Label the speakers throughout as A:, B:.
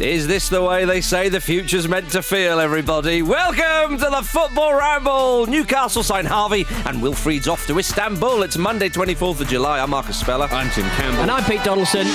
A: Is this the way they say the future's meant to feel, everybody? Welcome to the Football Ramble! Newcastle sign Harvey and Wilfried's off to Istanbul. It's Monday, 24th of July. I'm Marcus Speller.
B: I'm Tim Campbell.
C: And I'm Pete Donaldson.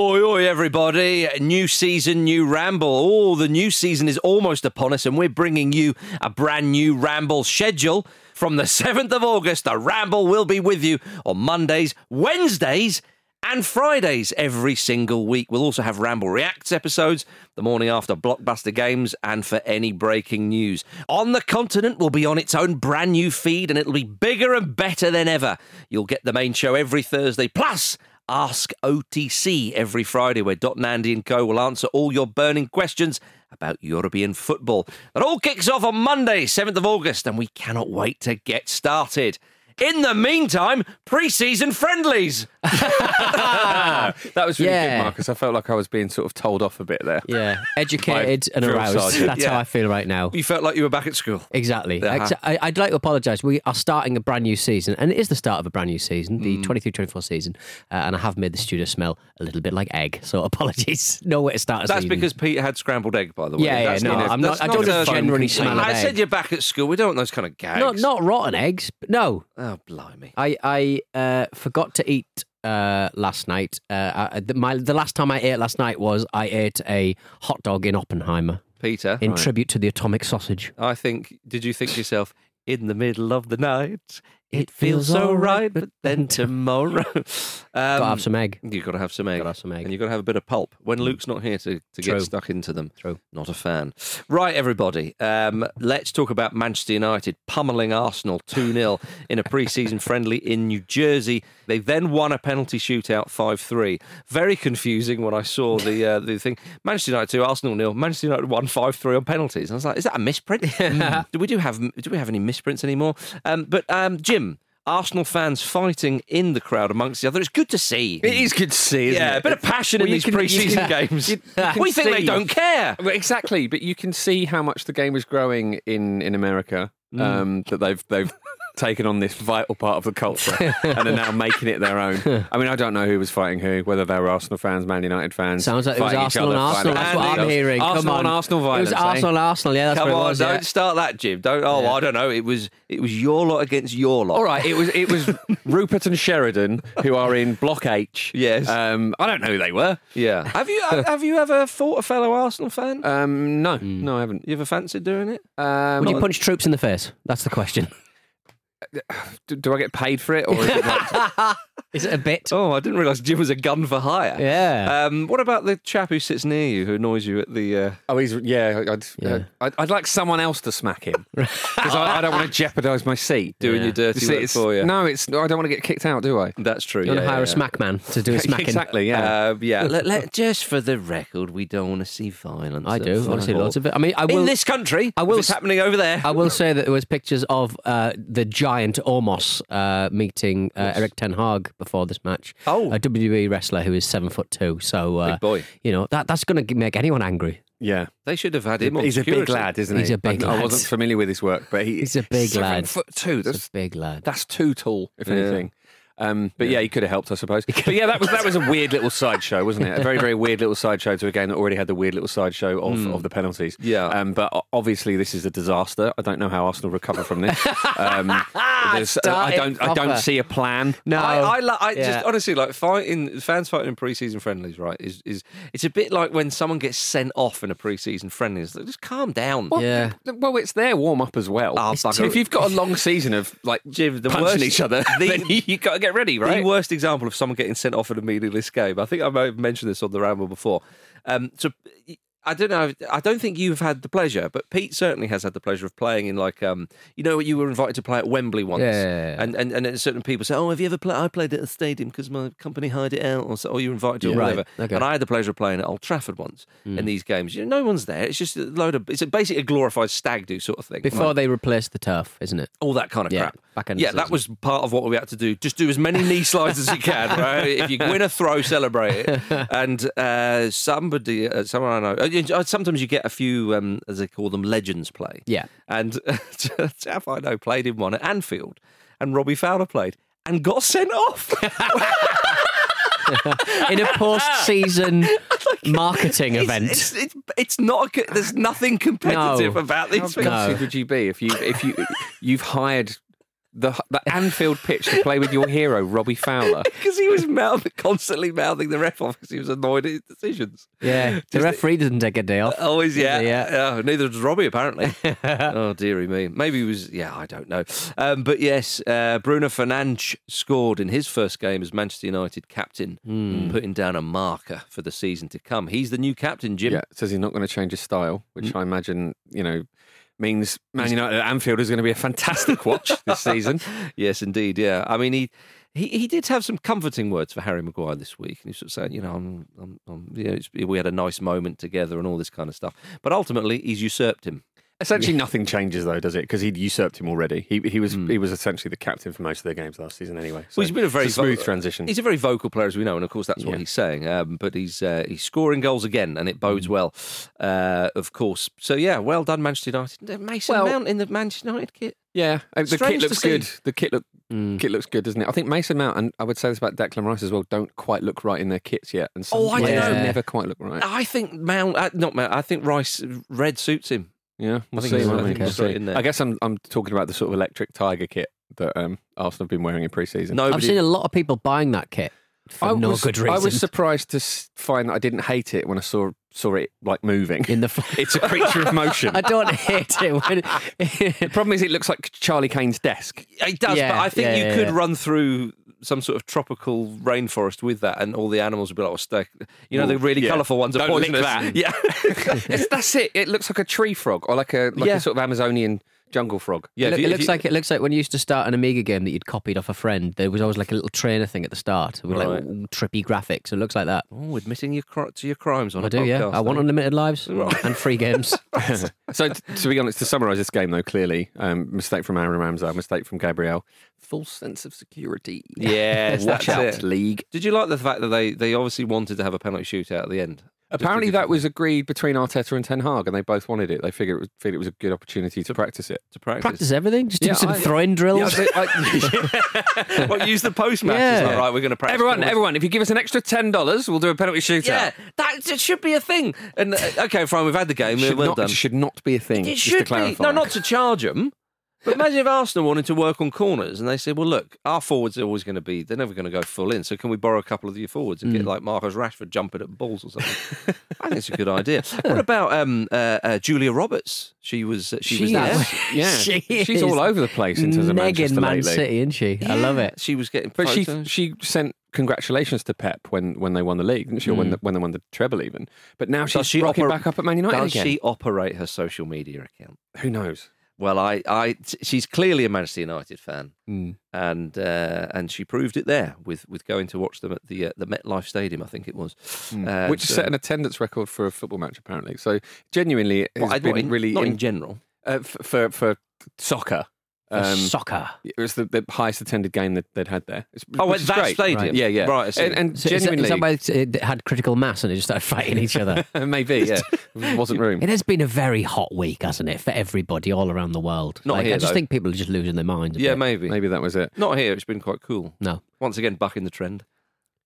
A: Oi, oi, everybody. New season, new ramble. Oh, the new season is almost upon us, and we're bringing you a brand new ramble schedule. From the 7th of August, the ramble will be with you on Mondays, Wednesdays, and Fridays every single week. We'll also have Ramble Reacts episodes the morning after blockbuster games and for any breaking news. On the Continent will be on its own brand new feed and it'll be bigger and better than ever. You'll get the main show every Thursday, plus Ask OTC every Friday, where Dot Nandy and Co will answer all your burning questions about European football. That all kicks off on Monday, 7th of August, and we cannot wait to get started. In the meantime, pre-season friendlies.
B: that was really
C: Yeah.
B: good, Marcus. I felt like I was being sort of told off a bit there.
C: Yeah, educated
B: By
C: and
B: drill
C: aroused.
B: sergeant.
C: That's
A: Yeah.
C: how I feel right now.
A: You felt like you were back at school.
C: Exactly.
A: Uh-huh.
C: Ex- I, would like to apologise. We are starting a brand new season, and it is the start of a brand new season, the 23 24 season. Uh, and I have made the studio smell a little bit like egg, so apologies. No way to start a
A: That's
C: season.
A: because Pete had scrambled egg, by the way.
C: Yeah, yeah,
A: That's
C: no,
A: a-
C: I'm
A: that's
C: not- I don't
A: a-
C: generally smell of
A: I said
C: egg.
A: you're back at school. We don't want those kind of gags.
C: Not, not rotten eggs, but no.
A: Oh, blimey.
C: I, I uh, forgot to eat uh, last night. Uh, I, the, my, the last time I ate last night was I ate a hot dog in Oppenheimer
A: Peter,
C: in tribute to the atomic sausage.
A: I think, did you think to yourself, in the middle of the night, it
C: It
A: feels
C: feels
A: so
C: all right,
A: right, but then tomorrow.
C: Gotta
A: Um,
C: have some egg.
A: You've got to have some egg.
C: Gotta have some egg. Mm.
A: And you've got to have a bit of pulp. When Luke's not here to, to get
C: True.
A: stuck into them.
C: True.
A: Not a fan. Right, everybody. Um, let's talk about Manchester United pummeling Arsenal 2 0 in a pre season friendly in New Jersey. They then won a penalty shootout 5 3. Very confusing when I saw the uh, the thing. Manchester United 2, Arsenal 0. Manchester United 1 5 3 on penalties. I was like, is that a misprint? Hmm. do, we do, have, do we have any misprints anymore? Um, but um, Jim. Arsenal fans fighting in the crowd amongst the other. It's good to see.
B: It is good to see, isn't
A: Yeah, a
B: it?
A: bit of passion in
B: Well, you
A: these
B: can- you
A: preseason
B: can-
A: games.
B: you- you can
A: we think they
B: see-
A: don't care.
B: Well, exactly, but you can see how much the game is growing in in America.
C: Mm.
B: Um, that they've they've taken on this vital part of the culture and are now making it their own. I mean, I don't know who was fighting who, whether they were Arsenal fans, Man United fans.
C: Sounds like it was
B: fighting each
C: Arsenal
B: other,
C: and Arsenal.
B: fighting
C: That's
B: each
C: what I'm
B: other.
C: hearing.
B: Arsenal
C: Come on.
B: and Arsenal violence.
C: It was
B: eh?
C: Arsenal and Arsenal. Yeah, that's
A: Come
C: what it
A: on,
C: was.
A: don't
C: yeah.
A: start that, Jim. Don't. Oh, I don't know. It was it was your lot against your lot.
B: All right, it was it was Rupert and Sheridan who are in Block H.
A: Yes.
B: Um, I don't know who they were.
A: Yeah. Uh, have you have you ever fought a fellow Arsenal fan?
B: Um, no,
C: Mm.
B: no, I haven't.
A: you ever fancied doing it?
B: Um,
C: Would you punch troops in the face? That's the question.
B: do, do I get paid for it, or is it like,
C: Is it a bit?
A: Oh, I didn't realise Jim was a gun for hire.
C: Yeah.
A: Um, what about the chap who sits near you who annoys you at the? Uh...
B: oh, he's yeah. I'd,
C: Yeah.
B: I'd, I'd like someone else to smack him because I, I don't want to jeopardise my seat
A: Doing your dirty
B: It's-
A: work
B: it's-
A: for you.
B: No, it's no, I don't want to get kicked out, do I?
A: That's true.
C: you want
A: yeah,
C: to hire
A: yeah,
C: a smack man to do a smacking?
B: Exactly. Yeah.
A: Yeah. Um, yeah. let, let- just for the record, we don't want to see violence.
C: I
A: at
C: do. I want to see
A: football.
C: lots of it. I mean, I
A: in
C: will.
A: this country.
C: I will
A: if it's
C: s-
A: happening over there.
C: I will say that there was pictures of uh, the giant Ormos uh, meeting uh, Eric Ten Hag before this match.
A: Oh.
C: a WWE wrestler who is seven foot two. So uh,
A: Big boy.
C: You know that that's going to make anyone angry.
B: yeah.
A: They should have had him. on
B: He's a big
A: security.
B: lad, isn't he?
C: He's a big
B: I, I
C: lad.
B: wasn't familiar with his work, but he,
C: He's a big
B: seven
C: lad.
B: Foot two.
C: It's
B: That's
C: a big lad.
B: That's too tall, if
A: Yeah.
B: anything. Um, but yeah. he could have helped, I suppose. But yeah, that was that was a weird little sideshow, wasn't it? A very very weird little sideshow to a game that already had the weird little sideshow of, of the penalties.
A: Yeah.
B: Um, but o- obviously this is a disaster. I don't know how Arsenal recover from this. Um, there's- I
C: Started
B: don't I don't
C: proper.
B: see a plan.
C: No,
A: I, I, li- I
C: Yeah.
A: just honestly like fighting fans fighting in preseason friendlies. Right, is is it's a bit like when someone gets sent off in a preseason friendlies. Like, just calm down.
C: yeah.
B: Well, it's their warm up as well.
A: Oh, bugger
B: if
A: it.
B: you've got a long season of like
A: Jim, the
B: punching
A: worst-
B: each other,
A: the-
B: then you, you got to get ready, right?
A: The worst example of someone getting sent off in a meaningless game. I think I might have mentioned this on the ramble before. Um, so I don't know. I don't think you've had the pleasure, but Pete certainly has had the pleasure of playing in like um, you know, you were invited to play at Wembley once,
C: Yeah, yeah, yeah, yeah.
A: and and and then certain people say, oh, have you ever played? I played at a stadium because my company hired it out, or so, or you're invited to, it, or
C: Right,
A: whatever.
C: okay.
A: And I had the pleasure of playing at Old Trafford once
B: Hmm.
A: in these games. You know, no one's there. It's just a load of. It's a, basically a glorified stag do sort of thing.
C: Before they replaced the turf, isn't it?
A: all that kind of
C: Yeah,
A: crap.
C: back end
A: yeah,
C: of
A: that was part of what we had to do. Just do as many knee slides as you can. Right? If you win a throw, celebrate it. And uh, somebody, uh, someone I know, uh, you- uh, sometimes you get a few, um, as they call them, legends play.
C: Yeah.
A: And Jeff I know played in one at Anfield, and Robbie Fowler played and got sent off.
C: In a post-season marketing
A: It's-
C: event.
A: It's, it's, it's not. A, co- there's nothing competitive
C: No.
A: about
B: How
A: these things.
B: gutted would you be if you if you you've hired the the Anfield pitch to play with your hero Robbie Fowler?
A: Because he was mouth, constantly mouthing the ref off because he was annoyed at his decisions.
C: yeah, the
A: Just-
C: referee doesn't take a day off.
B: Oh,
A: Always, yeah.
C: Yeah.
A: yeah. neither does Robbie, apparently. oh, dearie me. Maybe he was, yeah, I don't know. Um, but yes, uh, Bruno Fernandes scored in his first game as Manchester United captain, putting down a marker for the season to come. He's the new captain, Jim.
B: Yeah, says he's not going to change his style, which
A: Mm.
B: I imagine you know means Man United at Anfield is going to be a fantastic watch this season.
A: Yes, indeed. Yeah. I mean, he. He, he did have some comforting words for Harry Maguire this week, and he was sort of saying, you know, I'm, I'm, I'm you know, it's, we had a nice moment together and all this kind of stuff. But ultimately, he's usurped him.
B: Essentially, nothing changes though, does it? Because he'd usurped him already. He he was he was essentially the captain for most of their games last season anyway. So
A: Mm. Well, he's been a very
B: it's smooth
A: vo-
B: transition.
A: He's a very vocal player, as we know, and of course that's what
B: Yeah.
A: he's saying. Um, but he's uh, he's scoring goals again, and it bodes well, uh, of course. So yeah, well done, Manchester United. Uh, Mason
B: Well-
A: Mount in the Manchester United kit.
B: Yeah, uh, the
A: Strange
B: kit
A: to
B: looks
A: see. Mm.
B: good. The kit look kit looks good, doesn't it? I think Mason Mount and I would say this about Declan Rice as well. Don't quite look right in their kits yet, and some
A: Oh, I Ah,
C: don't
B: players
C: know.
B: never quite look right.
A: I think Mount, uh, not Mount. I think Rice uh, red suits him.
B: Yeah, we'll
A: think
B: see.
A: he's-
B: won't
A: I
B: we?
A: think
B: We'll
A: he's right
B: see.
A: in there.
B: I guess I'm I'm talking about the sort of electric tiger kit that um, Arsenal have been wearing in pre-season.
A: Nobody.
C: I've seen a lot of people buying that kit for
B: I
C: no
B: was,
C: good reason.
B: I was surprised to s- find that I didn't hate it when I saw saw it like moving.
C: in the. Fl-
B: it's a creature of motion.
C: I don't hate it. When-
B: The problem is, it looks like Charlie Kane's desk.
A: it does, but
C: Yeah,
A: I think
C: yeah,
A: you
C: yeah,
A: could
C: yeah.
A: run through some sort of tropical rainforest with that, and all the animals would be like, "Oh, stay." You know, the really
B: yeah.
A: colourful ones are
B: Don't lick
A: poisonous.
B: that.
A: Yeah,
B: It's- that's it. It looks like a tree frog or like a like
A: Yeah.
B: a sort of Amazonian jungle frog.
A: yeah.
C: it,
A: if you-
C: it
A: if
C: looks
A: you-
C: like it looks like when you used to start an Amiga game that you'd copied off a friend. There was always like a little trainer thing at the start with like
A: Right.
C: w- trippy graphics. It looks like that.
A: Oh, admitting your cri- to your crimes on a
C: I do,
A: podcast.
C: yeah. I want
A: eh?
C: unlimited lives and free games.
B: So t- to be honest, to summarise this game though, clearly um, mistake from Aaron Ramsey, mistake from Gabriel, false sense of security.
A: Yes,
B: watch out,
A: that's it.
B: league.
A: Did you like the fact that they, they obviously wanted to have a penalty shootout at the end?
B: Apparently, that was agreed between Arteta and Ten Hag, and they both wanted it. They figured it was, figured it was a good opportunity to practice it.
A: to practice.
C: Practice everything. Just do
B: Yeah,
C: some
B: I-
C: throwing drills.
A: well, use the post match.
C: Yeah.
A: It's like, right, we're going to practice.
B: everyone,
A: penalties.
B: everyone, if you give us an extra ten dollars, we'll do a penalty shootout.
A: Yeah, that it should be a thing. And uh, okay, fine, we've had the game.
B: should
A: well
B: not,
A: done.
B: should not be a thing.
A: it
B: just
A: should
B: to clarify.
A: be. No, not to charge them. But imagine if Arsenal wanted to work on corners and they said, well, look, our forwards are always going to be, they're never going to go full in. So can we borrow a couple of your forwards and get like Marcus Rashford jumping at balls or something? I think it's a good idea. What about um, uh, uh, Julia Roberts? She was, uh, she, was there.
B: Yeah,
C: She
B: she's
C: is
B: all over the place in terms of
C: negging
B: Manchester
C: Man
B: lately.
C: City, isn't she? I love it.
A: She was getting
B: But she
A: photos.
B: she sent congratulations to Pep when, when they won the league, didn't she? Or When, the, when they won the treble, even. But now she's
A: Hmm. she
B: rocking
A: oper-
B: back up at Man United
A: Does
B: again.
A: she operate her social media account?
B: Who knows?
A: Well, I, I, she's clearly a Manchester United fan,
B: Hmm.
A: and uh, and she proved it there with, with going to watch them at the uh, the MetLife Stadium, I think it was, uh,
B: Hmm. Which
A: so-
B: set an attendance record for a football match, apparently. So genuinely, it has
A: Well, I-
B: been
A: not in,
B: really
A: not in
B: in-
A: general.
B: uh, f- for for soccer. Um,
C: Soccer.
B: it was the, the highest attended game that they'd had there. It's,
A: Oh,
B: which
A: at
B: is
A: that
B: great.
A: stadium?
B: yeah, yeah,
A: Right, I see.
B: And, and
C: So is that-
B: genuinely,
C: is that why it's- it had critical mass and it just started fighting each other?
B: maybe yeah, wasn't room.
C: It has been a very hot week, hasn't it, for everybody all around the world?
A: Not
C: like,
A: here,
C: I just
A: though.
C: think people are just losing their minds. a
A: Yeah,
C: bit.
A: maybe.
B: Maybe that was it.
A: Not here. It's been quite cool.
C: No.
A: Once again, bucking the trend.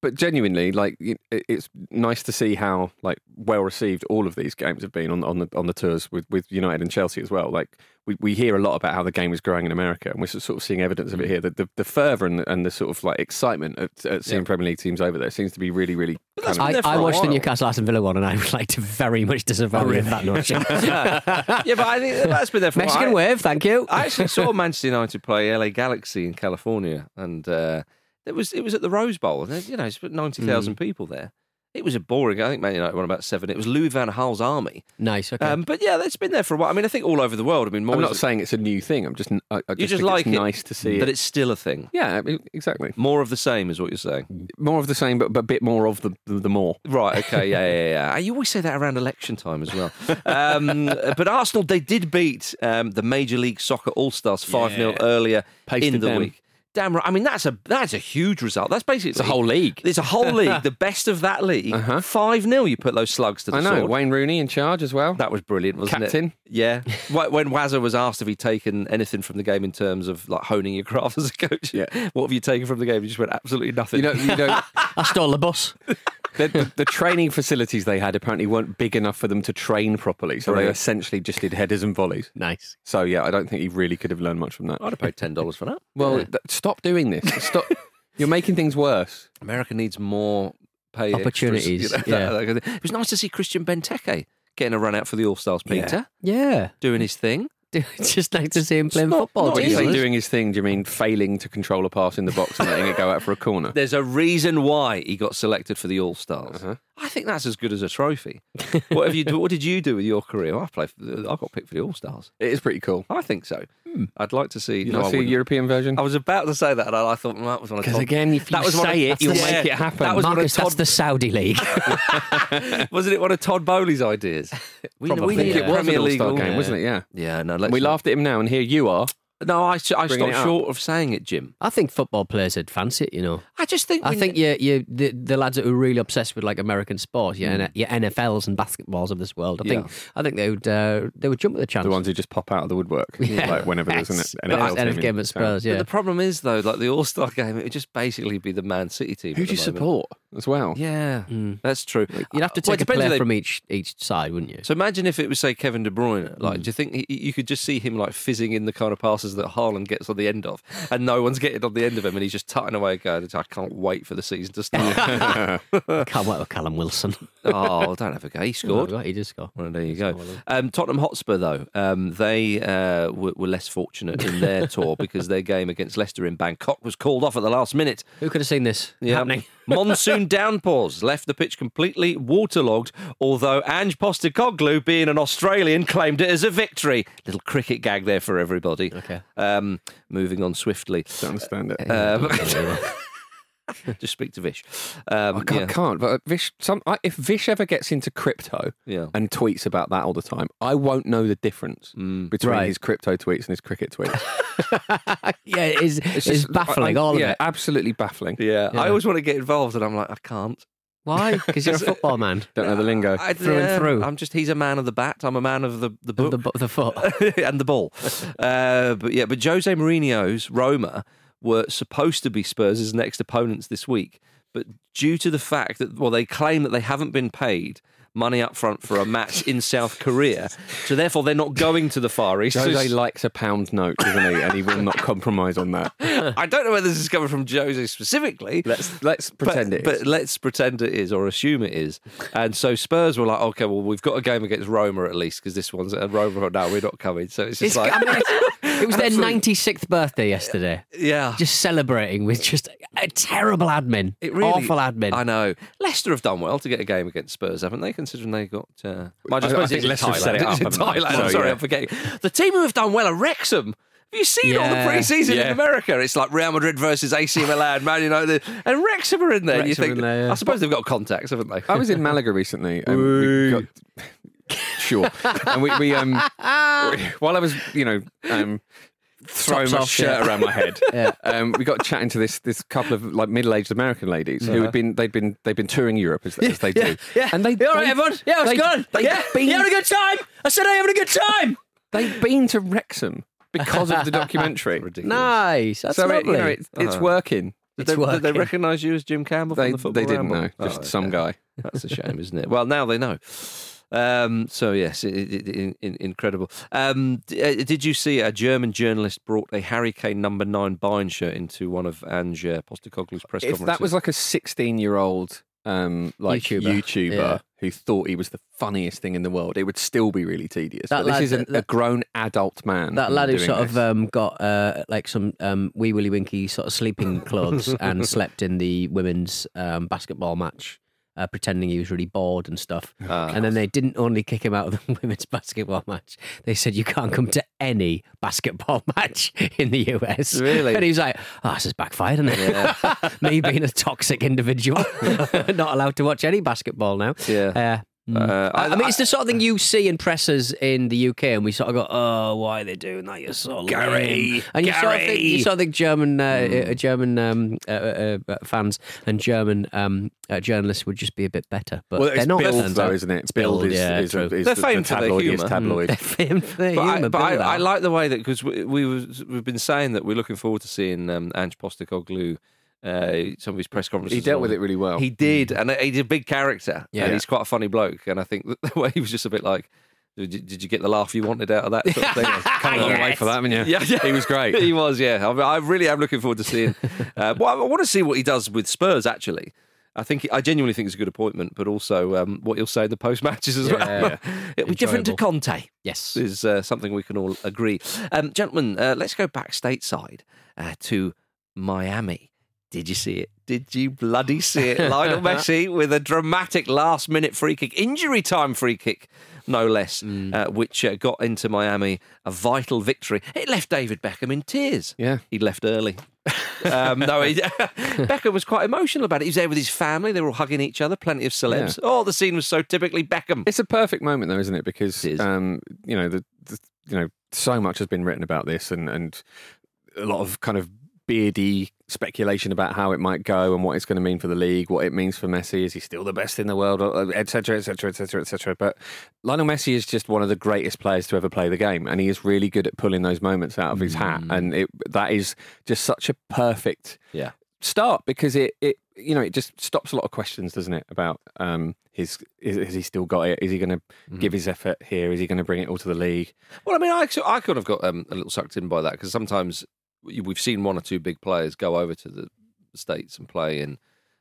B: but genuinely, like y- it- it's nice to see how like well received all of these games have been on on the on the tours with, with United and Chelsea as well. Like we, we hear a lot about how the game is growing in America, and we're s- sort of seeing evidence of
A: Mm.
B: it here. The the, the fervor and the, and the sort of like excitement at, at seeing Premier League teams over there seems to be really really. Kind of,
C: I,
A: there for
C: I
A: a
C: watched the
A: while.
C: Newcastle Aston Villa one and I would like to very much disavow that notion.
A: yeah, but I think that's been there for a
C: Mexican
A: while.
C: wave, thank you.
A: I actually saw Manchester United play LA Galaxy in
B: Hmm.
A: California, and uh, it was it was at the Rose Bowl. And, you know, it's put ninety thousand people there, It was a boring. I think Man United won about seven. It was Louis Van Gaal's army.
C: Nice. Okay.
A: Um, but yeah, that's been there for a while. I mean, I think all over the world. I mean, more
B: I'm
A: is
B: not
A: it-
B: saying it's a new thing. I'm just, I, I just,
A: you just
B: think
A: like
B: it's
A: it,
B: nice to see
A: but
B: it.
A: it's still a thing.
B: Yeah, I mean, exactly.
A: More of the same is what you're saying.
B: More of the same, but, but a bit more of the the, the more.
A: Right. Okay. Yeah. Yeah. Yeah. You always say that around election time as well. Um, but Arsenal, they did beat um, the Major League Soccer All Stars five 0 earlier
B: Pasted
A: in the
B: them.
A: week. Damn right. I mean, that's a that's a huge result. That's basically it's
B: league.
A: It's a whole league. The best of that league. 5
B: Uh-huh.
A: 0 You put those slugs to the
B: I know.
A: sword.
B: Wayne Rooney in charge as well.
A: That was brilliant, wasn't
B: Captain.
A: it? Yeah. Wh- when Wazza was asked if he'd taken anything from the game in terms of like honing your craft as a coach,
B: Yeah.
A: what have you taken from the game? He just went absolutely nothing.
B: You know, you know
C: I stole the bus.
B: the, the, the training facilities they had apparently weren't big enough for them to train properly, so they
A: Brilliant.
B: essentially just did headers and volleys.
C: Nice.
B: So yeah, I don't think he really could have learned much from that.
A: I'd have paid ten dollars for that.
B: Well, th- stop doing this. Stop. You're making things worse.
A: America needs more pay
C: Opportunities,
A: extras,
C: yeah.
A: that kind of thing. It was nice to see Christian Benteke getting a run out for the All Stars. Peter
C: Yeah.
A: doing his thing.
C: It's just like to see him playing
A: not-
C: football.
A: not
C: to
B: When
C: be
B: you
A: easy.
B: say
C: honest.
B: doing his thing, do you mean failing to control a pass in the box and letting it go out for a corner?
A: There's a reason why he got selected for the All Stars. I think that's as good as a trophy. what have you? What did you do with your career? I played. For, the- I got picked for the All Stars.
B: It is pretty cool.
A: I think so. I'd like to see.
B: You
A: no,
B: know,
A: I
B: see a
A: wouldn't.
B: European version.
A: I was about to say that, and I thought well, that was one of Todd-
B: if
A: that was one of- that's the- yeah, That was
C: Marcus,
A: one
C: that's
A: of
C: the
A: Todd,
C: Saudi league.
A: wasn't it one of Todd Bowley's ideas? We,
B: Probably.
A: need
B: I think
A: a
B: it was an
A: Premier League.
B: All-Star
A: all-
B: game, wasn't it? Yeah.
A: Yeah, no. Let's
B: We
A: not-
B: laughed at him now, and here you are.
A: No, I, I stopped
B: Bringing it up.
A: short of saying it, Jim.
C: I think football players would fancy it, you know.
A: I just think.
C: I
A: we-
C: think you, you, the, the lads that are really obsessed with like American sport,
A: Mm.
C: your, N- your NFLs and basketballs of this world, I think I think they would uh, they would jump at the chance.
B: The ones who just pop out of the woodwork,
C: Yeah.
B: like whenever there's an
C: Yes.
B: NFL
C: Last
B: team
C: NF
B: in
C: game at
B: town.
C: Spurs,
A: But
C: yeah.
A: the problem is though, like the All Star game, it would just basically be the Man City team.
B: Who
A: at
B: do you
A: the moment.
B: support as well?
A: Yeah, that's true. Uh,
C: You'd have to
A: Hmm. Well, it
C: take a
A: depends who
C: player
A: they-
C: from each each side, wouldn't you?
A: So imagine if it was say Kevin De Bruyne. Like, do you think he, you could just see him like fizzing in the kind of passes that Haaland gets on the end of, and no one's getting on the end of him, and he's just tutting away, going, "I can't wait for the season to start."
C: Can't wait with Callum Wilson.
A: oh, don't have a go. He scored.
C: Right, he did score.
A: Well, there you go. Um, Tottenham Hotspur, though, um, they uh, were, were less fortunate in their tour because their game against Leicester in Bangkok was called off at the last minute.
C: Who could have seen this
A: Yeah.
C: happening?
A: Monsoon downpours left the pitch completely waterlogged, although Ange Postacoglu, being an Australian, claimed it as a victory. Little cricket gag there for everybody.
C: Okay.
A: Um, moving on swiftly.
B: Don't understand it.
A: Um, just speak to Vish. Um,
B: I can't,
A: yeah.
B: can't but Vish, some, I, if Vish ever gets into crypto
A: Yeah.
B: and tweets about that all the time, I won't know the difference
A: Mm,
B: between
C: Right.
B: his crypto tweets and his cricket tweets.
C: yeah, it is, it's
B: just-
C: baffling,
B: I- I-
C: all
B: yeah,
C: of it.
B: absolutely baffling.
A: Yeah, I
C: Yeah.
A: always want to get involved, and I'm like, I can't.
C: Why? Because you're a football man.
B: Don't know the lingo.
A: I,
C: Through and through.
A: I'm just, he's a man of the bat. I'm a man of the, the book.
C: The, bu- the foot.
A: and the ball. Uh, but yeah, but Jose Mourinho's Roma were supposed to be Spurs' next opponents this week, but due to the fact that well, they claim that they haven't been paid money up front for a match in South Korea, so therefore they're not going to the Far East. So
B: Jose likes a pound note, doesn't he? And he will not compromise on that.
A: I don't know whether this is coming from Jose specifically.
B: Let's let's
A: but-
B: pretend it.
A: But
B: is.
A: let's pretend it is or assume it is. And so Spurs were like, okay, well, we've got a game against Roma at least because this one's at Roma. No, we're not coming. So it's just
C: It's,
A: like,
C: I mean, it's- it was their 96th birthday yesterday.
A: yeah.
C: Just celebrating with just a terrible admin.
A: It really,
C: Awful admin.
A: I know. Leicester have done well to get a game against Spurs, haven't they? Considering they got. Uh, I,
B: I
A: suppose it's
B: think
A: in
B: Leicester have
A: Thailand.
B: set it
A: It's
B: up,
A: in
B: haven't they?
A: Thailand. I'm
B: So,
A: sorry,
B: yeah.
A: I'm forgetting. The team who have done well are Wrexham. Have you seen all
C: Yeah.
A: the preseason
B: Yeah.
A: in America? It's like Real Madrid versus AC Milan, Man United, and Wrexham are in there. and you
C: Wrexham
A: think?
C: in there, yeah.
A: I suppose they've got contacts, haven't they?
B: I was in Malaga recently. And we got, sure. And we, we um we- while I was you know um throwing
C: Tops
B: my
C: off,
B: shirt
C: yeah.
B: around my head, um, we got chatting to this this couple of like middle aged American ladies who had been they'd been they'd been touring Europe as, as they do.
C: Uh-huh. Yeah.
B: And they
C: You all right,
B: they-
C: everyone? Yeah, it's
B: they-
C: good.
B: they'd
C: yeah,
B: been-
C: you having a good time? I said I'm having a good time.
B: They've been to Wrexham because of the documentary.
C: Nice. That's
B: so it,
C: lovely. Uh-huh.
B: you know, it's it's working.
A: Did
C: It's
A: they, did they
C: working.
A: recognise you as Jim Campbell?
B: They
A: from the Football
B: they didn't
A: Ramble?
B: know.
A: Oh,
B: Just some
A: okay.
B: guy.
A: That's a shame, isn't it? Well, now they know. Um, so yes, it, it, it, in- incredible. Um, d- uh, did you see a German journalist brought a Harry Kane number nine Bayern shirt into one of Ange Postecoglou's press
B: if
A: conferences?
B: that was like a 16 year old um like
C: YouTuber.
B: YouTuber,
C: Yeah.
B: who thought he was the funniest thing in the world, it would still be really tedious. but
C: That
B: this
C: lad-
B: is an, a
C: that-
B: grown adult man.
C: That lad who
B: doing
C: sort of
B: this.
C: um, got uh, like some um, wee willy winky sort of sleeping clothes and slept in the women's um, basketball match uh, pretending he was really bored and stuff.
B: Ah,
C: and then they didn't only kick him out of the women's basketball match, they said, You can't come to any basketball match in the US.
B: Really?
C: And he was like, Oh, this is backfired, isn't it? Me being a toxic individual, not allowed to watch any basketball now.
B: Yeah.
C: Uh, I, I mean, it's the sort of thing you see in presses in the UK, and we sort of go, "Oh, why are they doing that? You're so
A: Gary,
C: lame." And you sort of think, you
A: Gary.
C: sort of think German, uh,
B: Hmm.
C: uh, German um, uh, uh, uh, fans and German um, uh, journalists would just be a bit better, but
B: Well,
C: they're
B: it's
C: not.
B: build,
C: turns
B: though,
C: out.
B: isn't it?
C: It's
B: Build, is,
C: yeah,
B: is,
C: true.
B: is
A: They're
B: the,
A: famed
B: the
A: for their
B: tabloid is
A: humour.
B: tabloid.
C: Famed for their
A: But, I,
C: humour,
A: but I,
C: build
A: I
C: out.
A: like the way that because we, we was, we've been saying that we're looking forward to seeing um, Ange Postecoglou. Uh, some of his press conferences.
B: He dealt with it really well.
A: He did, and he's a big character,
C: Yeah.
A: and he's quite a funny bloke. And I think that the way he was just a bit like, "Did you, did you get the laugh you wanted out of that?" Sort of thing.
B: Come a long way for that, haven't you?
A: Yeah, yeah.
B: He was great.
A: he was, yeah. I, mean, I really am looking forward to seeing. Uh, well, I, want to see what he does with Spurs. Actually, I think I genuinely think it's a good appointment, but also um, what he'll say in the post matches as well. It'll be different to Conte.
C: Yes.
A: is uh, something we can all agree. Um, gentlemen, uh, let's go back stateside uh, to Miami. Did you see it? Did you bloody see it? Lionel Messi with a dramatic last minute free kick, injury time free kick, no less, uh, which uh, got into Miami a vital victory. It left David Beckham in tears.
B: Yeah.
A: He left early. um, no, he, Beckham was quite emotional about it. He was there with his family. They were all hugging each other, plenty of celebs. Oh, the scene was so typically Beckham.
B: It's a perfect moment, though, isn't it? Because
A: Mm. It is.
B: um, you know, the, the you know, so much has been written about this, and and a lot of kind of beardy speculation about how it might go and what it's going to mean for the league, what it means for Messi. Is he still the best in the world, Uh, etc., etc., etc., etc. But Lionel Messi is just one of the greatest players to ever play the game, and he is really good at pulling those moments out of his hat,
A: Mm.
B: and it, that is just such a perfect
A: Yeah.
B: start because it, it you know it just stops a lot of questions, doesn't it? About um, his is, has he still got it? Is he going to give his effort here? Is he going to bring it all to the league?
A: Well, I mean, I, I could have got um, a little sucked in by that because sometimes we've seen one or two big players go over to the States and play in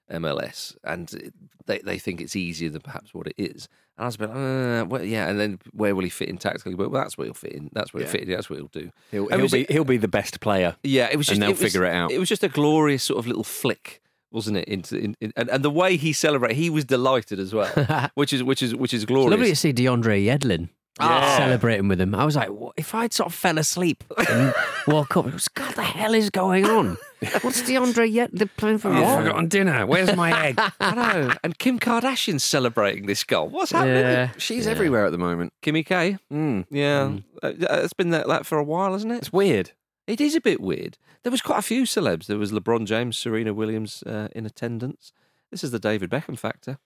A: MLS and it- they, they think it's easier than perhaps what it is. And I was a bit like, uh, well, yeah, and then where will he fit in tactically? Well, that's where he'll fit in. That's where he'll
B: Yeah.
A: fit in. That's what he'll do.
B: He'll,
A: And
B: he'll
A: was
B: be
A: it-
B: he'll be the best player.
A: Yeah, it was just
B: And they'll
A: was-
B: figure it out.
A: It was just a glorious sort of little flick, wasn't it? Into in, in, and, and the way he celebrated, he was delighted as well, which is which is which is glorious.
C: Lovely to see DeAndre Yedlin
A: Yeah.
C: celebrating with him. I was like, what? if I'd sort of fell asleep and woke up, it was, God, the hell is going on? What's DeAndre Yedlin playing for?
A: Oh,
C: what?
B: dinner. Where's my egg?
A: I know. And Kim Kardashian's celebrating this goal. What's happening?
C: Yeah.
B: She's everywhere at the moment.
A: Kimmy K.
B: Mm.
A: Yeah, Uh, it's been that, that for a while, isn't it?
B: It's weird.
A: It is a bit weird. There was quite a few celebs. There was LeBron James, Serena Williams uh, in attendance. This is the David Beckham factor.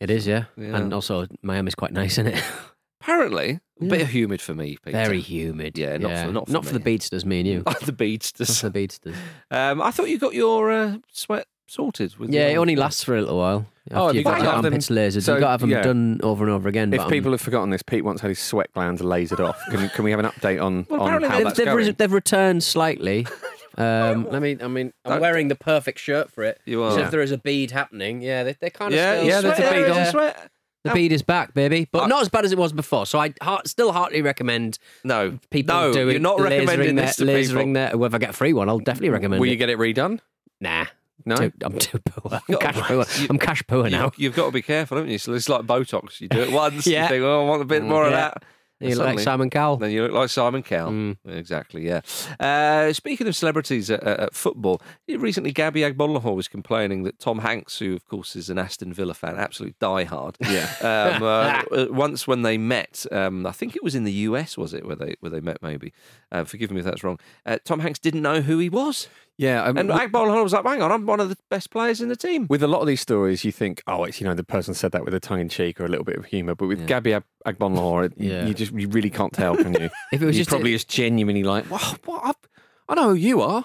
C: It is, yeah.
A: Yeah.
C: And also, Miami's quite nice, isn't it?
A: Apparently, a bit humid for me, Peter.
C: Very humid.
A: Yeah, not for- not for
C: the
A: me.
C: beatsters, me and you. Not
A: Like the beadsters.
C: for the beatsters.
A: Um, I thought you got your uh, sweat sorted. With
C: Yeah,
A: the
C: it only lasts for a little while.
B: Oh, have
C: After
B: you
C: you've
B: got
C: got
B: to
C: your
B: have them-
C: armpits lasered,
B: so,
C: you've got to have them
B: yeah.
C: done over and over again.
B: If
C: but
B: people have forgotten this, Pete once had his sweat glands lasered off. Can, can we have an update on,
A: Well,
B: on
A: apparently
B: how
A: they've-
C: I'm, they've,
B: that's
C: they've,
B: going?
C: re- they've returned slightly. Um, I mean, I mean, I'm wearing the perfect shirt for it.
A: You are.
C: So if there is a bead happening, yeah, they, they're kind of
A: Yeah,
C: still
A: yeah, there's a
C: sweating.
A: bead on
C: Yeah.
A: sweat.
C: The bead is back, baby, but not as bad as it was before. So I heart, still heartily recommend
A: No,
C: people
A: no,
C: doing
A: you're not recommending
C: lasering
A: this to
C: their, lasering
A: people.
C: their. Well, if I get a free one, I'll definitely recommend
B: Will
C: it.
B: you get it redone?
C: nah,
B: No?
C: too- I'm too poor. I'm
A: Oh,
C: cash
A: right.
C: poor.
A: You-
C: I'm cash poor now.
A: You've, got to be careful, haven't you? So it's like Botox. You do it once,
C: Yeah.
A: you think, oh, I want a bit more of
C: Yeah.
A: that.
C: You look like
A: Suddenly-
C: Simon
B: Oh.
C: Cowell.
A: Then you look like Simon Cowell.
B: Hmm.
A: Exactly, yeah. Uh, speaking of celebrities at, at at football, recently Gabby Agbonlahor was complaining that Tom Hanks, who of course is an Aston Villa fan, absolute diehard. Yeah. um, uh, once when they met, um, I think it was in the US, was it, where they where they met? Maybe. Uh, forgive me if that's wrong. Uh, Tom Hanks didn't know who he was,
B: Yeah. um,
A: and
B: w-
A: Agbonlahor was like, "Hang on, I'm one of the best players in the team."
B: with a lot of these stories, you think, oh, it's, you know, the person said that with a tongue in cheek or a little bit of humour. But with Gabby Ab- Agbonlahor, it,
C: Yeah.
B: you just you really can't tell, can you?
C: If it was
B: you
C: just a-
B: probably just genuinely like, wow, Oh, what? I've- I know who you are.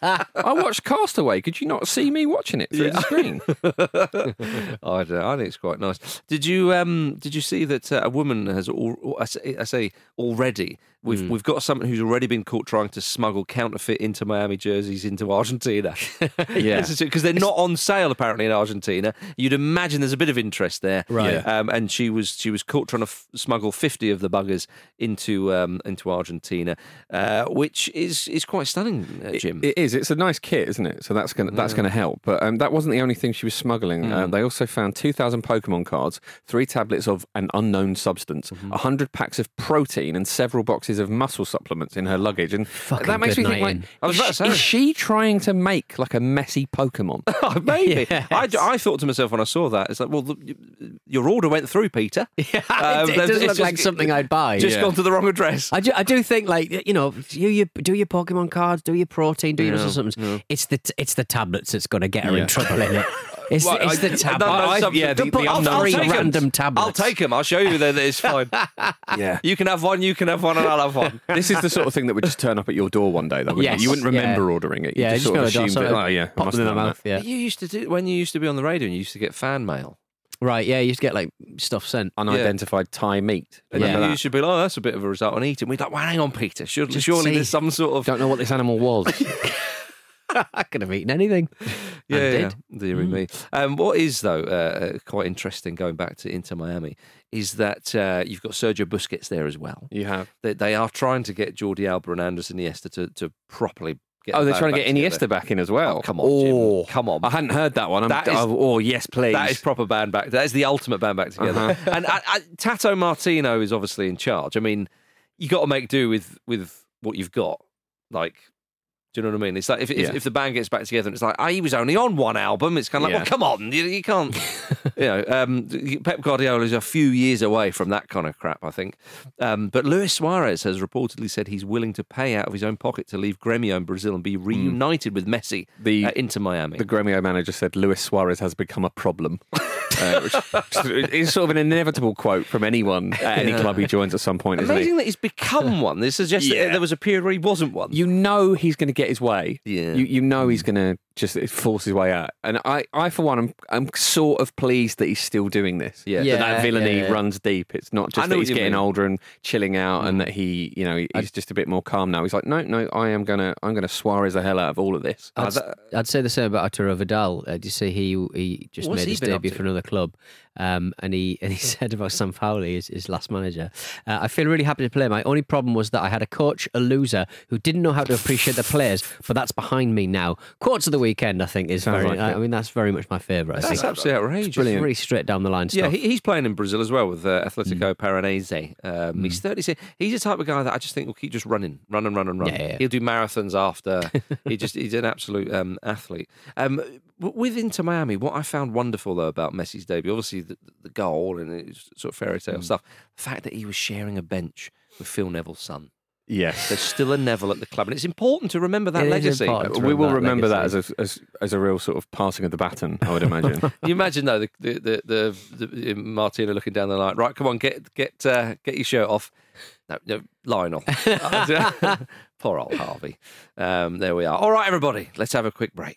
B: I watched Castaway. Could you not see me watching it through the screen?
A: I don't know. I think it's quite nice. Did you um did you see that uh, a woman has all I say, I say already we've we've got someone who's already been caught trying to smuggle counterfeit into Miami jerseys into Argentina.
B: Yeah.
A: because they're not on sale apparently in Argentina. You'd imagine there's a bit of interest there,
C: Right.
B: Yeah.
A: Um, and she was she was caught trying to f- smuggle fifty of the buggers into um into Argentina. Uh, which is is quite stunning, uh, Jim.
B: It is. It's a nice kit, isn't it? So that's gonna that's gonna help. But um, that wasn't the only thing she was smuggling. Uh, they also found two thousand Pokemon cards, three tablets of an unknown substance, hundred packs of protein, and several boxes of muscle supplements in her luggage. And that makes
C: good
B: me think,
C: night
B: like,
C: in.
A: I was about to
B: is,
A: say.
B: is she trying to make like a messy Pokemon?
A: Oh, maybe. I, um, I thought to myself when I saw that, it's like, well, the, your order went through, Peter. Yeah,
C: it does look like something I'd buy.
A: Just
B: Yeah.
A: gone to the wrong address.
C: I do, I do think like you know you, you do your Pokemon cards, do your protein, do your muscle supplements. It's the t- it's the tablets that's going to get her in trouble in it. It's,
A: Well,
C: it's
A: I-
C: the
A: I don't know,
C: tablets.
A: something-
B: yeah, the-
A: Don't put-
B: the
A: I'll-
B: unknown
A: I'll take 'em.
C: random
A: I'll
C: tablets.
A: take them. I'll show you that it's fine.
B: yeah.
A: you can have one, you can have one, and I'll have one.
B: This is the sort of thing that would just turn up at your door one day, though. Wouldn't
C: Yes.
B: it? You wouldn't
C: Yeah.
B: remember ordering it. You
C: Yeah,
B: just,
C: just
B: sort of
C: go
B: assumed
C: to the
B: that, oh, yeah, I
C: pop
B: must
C: them in
B: have
C: the
B: done
C: mouth. Yeah,
A: You used to do, when you used to be on the radio and you used to get fan mail.
C: right. Yeah, you used to get like stuff sent.
B: that. Unidentified Thai meat.
A: And
B: Remember
A: you
B: that?
A: should be like, oh, that's a bit of a result on eating. We'd like, well, hang on, Peter. Surely,
C: Just
A: surely
C: see.
A: there's some sort of.
B: Don't know what this animal was.
C: I could have eaten anything.
A: Yeah,
C: I
A: yeah,
C: did.
A: yeah. dearie
B: Mm.
A: me. Um, what is though uh, uh, quite interesting going back to Inter Miami is that uh, you've got Sergio Busquets there as well.
B: you have.
A: They, they are trying to get Jordi Alba and Anders Iniesta to, to properly get.
B: Oh,
A: the
B: they're
A: band
B: trying to
A: back
B: get Iniesta
A: together.
B: back in as well.
A: Oh, come on, Jim.
B: Oh.
A: come on.
B: I hadn't heard that one. I'm,
A: That is-
B: oh, oh, yes, please. Uh-huh.
A: That is proper band back. That is the ultimate band back together. And I, I, Tato Martino is obviously in charge. I mean, you got to make do with with what you've got. Like, do you know what I mean? It's like if if,
B: Yeah.
A: if the band gets back together, and it's like, ah, he was only on one album. It's kind of like,
B: Yeah.
A: well, come on, you, you can't. you know, um, Pep Guardiola is a few years away from that kind of crap. I think. Um, but Luis Suarez has reportedly said he's willing to pay out of his own pocket to leave Gremio in Brazil and be reunited with Messi
B: Hmm. The-
A: uh, into Miami.
B: The Gremio manager said Luis Suarez has become a problem, uh, which is sort of an inevitable quote from anyone at any club he joins at some point, isn't it?
A: Amazing that he's become one. This suggests
B: Yeah.
A: that uh, there was a period where he wasn't one.
B: you know he's going to get his way.
A: Yeah.
B: You, you know he's going to just force his way out. And I, I for one, I'm, I'm sort of pleased that he's still doing this.
A: Yeah.
B: That,
C: Yeah,
B: that villainy
C: yeah.
B: runs deep. It's
A: I
B: not just
A: know
B: that
A: what
B: he's
A: you
B: getting
A: mean. Mm.
B: older and chilling out, and that he, you know, he's just a bit more calm now. He's like, no, no, I am gonna, I'm gonna Suarez the hell out of all of this. uh,
C: I'd, I'd say the same about Arturo Vidal. Uh, do you see he he just
A: What's
C: made
A: he
C: his
A: been up
C: debut
A: to?
C: for another club, um, and he and he said about Sam Fowley, his, his last manager. Uh, I feel really happy to play. My only problem was that I had a coach, a loser, who didn't know how to appreciate the players. But that's behind me now. Quartz of the weekend, I think, is very.
B: like
C: I, I mean, that's very much my favourite. I
A: That's
C: think.
A: absolutely outrageous.
C: It's really straight down the line stuff.
A: Yeah, he, he's playing in Brazil as well with uh, Atletico Paranaense. Um, He's 36. He's the type of guy that I just think will keep just running, run and run and run.
C: Yeah, yeah, yeah.
A: He'll do marathons after. he just he's an absolute um, athlete. Um, w- with Inter Miami, what I found wonderful though about Messi's debut, obviously the, the goal and it's sort of fairy tale stuff, the fact that he was sharing a bench with Phil Neville's son.
B: yes.
A: There's still a Neville at the club, and it's important to remember that
C: It is
A: legacy.
C: important.
B: we will
C: remember
B: remember
C: that
B: that as a, as, as a real sort of passing of the baton, I would imagine.
A: Can you imagine though the the the, the, the Martina looking down the line. Right, come on, get get uh, get your shirt off. No, no, Lionel. Poor old Harvey. Um, there we are. All right, everybody, let's have a quick break.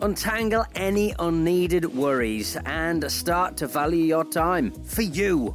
D: Untangle any unneeded worries and start to value your time for you.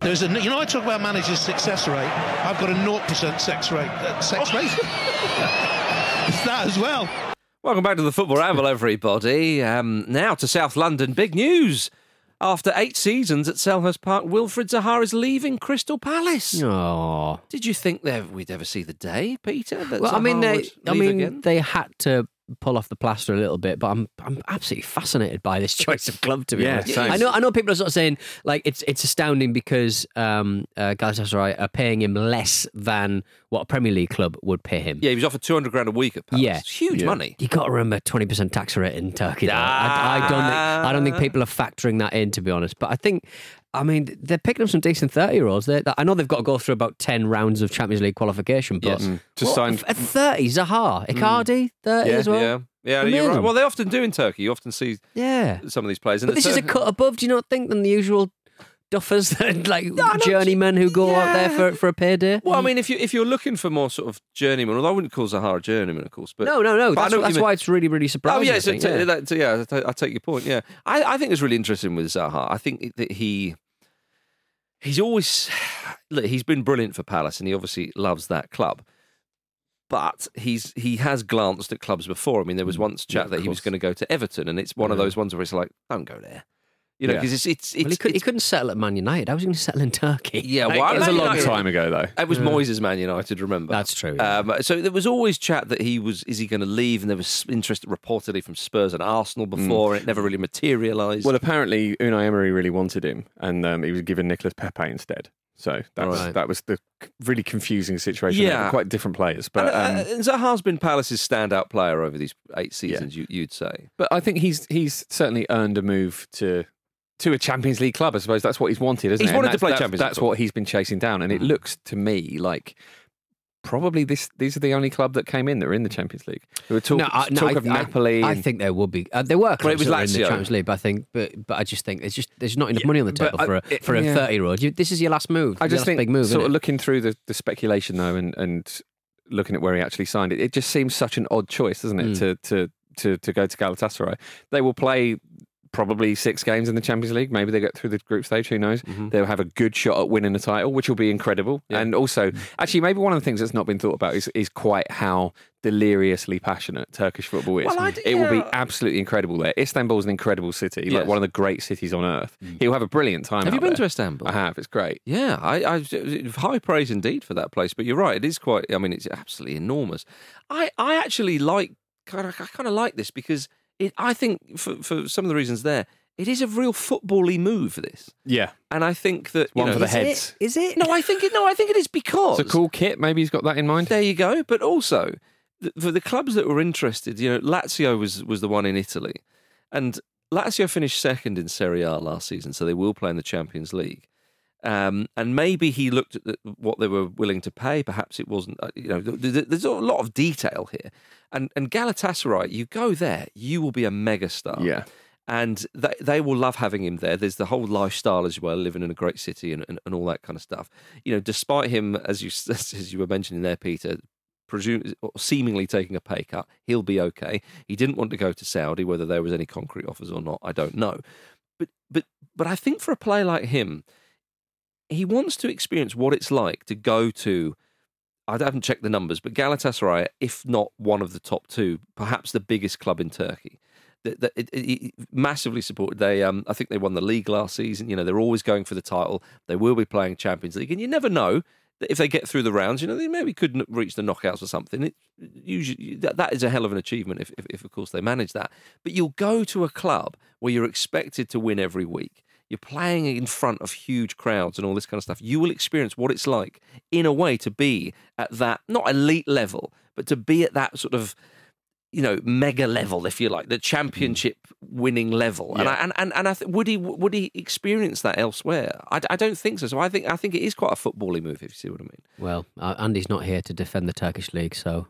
E: There's a, you know, I talk about managers' success rate. I've got a 0% sex rate. Uh, sex rate? it's that as well.
A: Welcome back to the Football Ramble, everybody. Um, now to South London. Big news. After eight seasons at Selhurst Park, Wilfred Zaha is leaving Crystal Palace.
C: Aw.
A: Did you think that we'd ever see the day, Peter? That
C: Well, I
A: Zaha
C: mean, they,
A: would
C: I
A: leave
C: mean,
A: again?
C: they had to pull off the plaster a little bit, but I'm I'm absolutely fascinated by this choice of club. To be
B: Yeah,
C: honest,
B: same.
C: I know I know people are sort of saying like it's it's astounding because um, uh, Galatasaray are paying him less than what a Premier League club would pay him.
A: Yeah, he was offered 200 grand a week at Palace.
C: Yeah.
A: It's huge
B: Yeah.
A: money.
C: You got to remember twenty percent tax rate in Turkey. Though. I, I don't think I
A: Ah.
C: don't think people are factoring that in, to be honest. But I think, I mean, they're picking up some decent thirty-year-olds. They, I know they've got to go through about ten rounds of Champions League qualification, but
B: Yes. Mm. To
C: What,
B: sign-
C: at thirty, Zaha, uh, Icardi, thirty
B: Hmm. Yeah,
C: as well.
A: yeah. Yeah, you're right.
C: Amazing.
A: Well, they often do in Turkey. You often see
C: Yeah.
A: some of these players. And
C: But this is a cut above, do you not think, than the usual duffers, that like journeymen who go out there for, for a payday?
A: Well, I mean, if you if you're looking for more sort of journeyman, although I wouldn't call Zahara a journeyman, of course. But
C: no, no, no.
A: but I
C: That's,
A: know what you
C: that's
A: mean.
C: why it's really, really surprising.
A: Oh yeah,
C: I
A: so
C: think,
A: t-
C: yeah.
A: that- so yeah, I ta- I take your point. Yeah, I, I think it's really interesting with Zaha. I think that he he's always look. He's been brilliant for Palace, and he obviously loves that club. But he's he has glanced at clubs before. I mean,
C: Mm,
A: there was once chat that he was going to go to Everton, and it's one of those ones where it's like, don't go there, you know,
B: Yeah.
A: because it's it's, it's,
C: Well, he, could, he
A: it's-
C: couldn't settle at Man United. I was going to settle in Turkey.
A: Yeah,
C: Like,
A: why-
C: it
B: That was
C: was
B: a
A: Man
B: long
A: United-
B: time ago, though.
A: It was Moyes' Man United, remember?
C: That's true, yeah.
A: Um, so there was always chat that he was, is he going to leave? And there was interest reportedly from Spurs and Arsenal before, and it never really materialised.
B: Well, apparently Unai Emery really wanted him, and um, he was given Nicolas Pepe instead. So that was
C: Right.
B: that was the c- really confusing situation.
A: Yeah.
B: They were quite different players, but
A: and,
B: um,
A: uh, and Zaha's been Palace's standout player over these eight seasons, you, you'd say.
B: but I think he's he's certainly earned a move to to a Champions League club. I suppose that's what he's wanted, isn't
A: He's
B: it?
A: wanted to
B: that's-
A: play
B: that's-
A: Champions League
B: That's
A: football. Mm.
B: what he's been chasing down, and it looks to me like. Probably this. These are the only club that came in that were in the Champions League. There were talk,
C: I-
B: talk of Napoli.
C: I,
B: and-
C: think there would be. Uh, there were clubs
A: was
C: that were in the
A: Lazio.
C: Champions League, but I think, but, but I just think there's just there's not enough money on the table
B: I-
C: for a
B: it-
C: for a
B: yeah.
C: thirty year old. This is your last move.
B: I
C: Your
B: just
C: last
B: think
C: big move.
B: sort
C: innit?
B: of looking through the, the speculation though, and and looking at where he actually signed it, it just seems such an odd choice, doesn't
A: Hmm.
B: it, to, to to to go to Galatasaray? They will play probably six games in the Champions League. Maybe they get through the group stage. Who knows?
A: Mm-hmm.
B: They'll have a good shot at winning the title, which will be incredible. And also,
A: Mm-hmm.
B: actually, maybe one of the things that's not been thought about is is quite how deliriously passionate Turkish football is.
A: Well, I d-
B: it will be
A: yeah.
B: absolutely incredible there. Istanbul's an incredible city,
A: Yes. Mm.
B: like one of the great cities on earth. He'll have a brilliant time.
A: Have you
B: out
A: been
B: there.
A: to Istanbul?
B: I have. It's great.
A: Yeah, I, I high praise indeed for that place. But you're right; it is quite. I mean, it's absolutely enormous. I, I actually like kind of I kind of like this because it. I think for for some of the reasons there, it is a real football-y move. This,
B: Yeah.
A: and I think that you
B: One
A: know,
B: for the
A: is
B: head.
A: it-
B: heads.
D: Is it?
A: No, I think it. No, I think it is because
B: It's a cool kit. Maybe he's got that in mind.
A: There you go. But also, th- for the clubs that were interested, you know, Lazio was was the one in Italy, and Lazio finished second in Serie A last season, so they will play in the Champions League. Um, and maybe he looked at the, what they were willing to pay. Perhaps it wasn't. uh, You know, th- th- there's a lot of detail here. And and Galatasaray, you go there, you will be a megastar
B: Yeah.
A: and they, they will love having him there. There's the whole lifestyle as well, living in a great city and, and, and all that kind of stuff. You know, despite him, as you as you were mentioning there, Peter, presume or seemingly taking a pay cut, he'll be okay. He didn't want to go to Saudi, whether there was any concrete offers or not, I don't know. But but but I think for a player like him, he wants to experience what it's like to go to. I haven't checked the numbers, but Galatasaray, if not one of the top two, perhaps the biggest club in Turkey that, that it, it, it massively supported. They, um, I think they won the league last season. You know, they're always going for the title. They will be playing Champions League, and you never know that if they get through the rounds, you know, they maybe could n- reach the knockouts or something. It usually that, that is a hell of an achievement if, if, if, of course, they manage that. But you'll go to a club where you're expected to win every week. You're playing in front of huge crowds and all this kind of stuff. You will experience what it's like, in a way, to be at that not elite level, but to be at that sort of you know, mega level, if you like, the championship winning level. And, I, and and and I th- would he would he experience that elsewhere? I, d- I don't think so. So I think I think it is quite a footbally move, if you see what I mean.
C: well, uh, Andy's not here to defend the Turkish league, so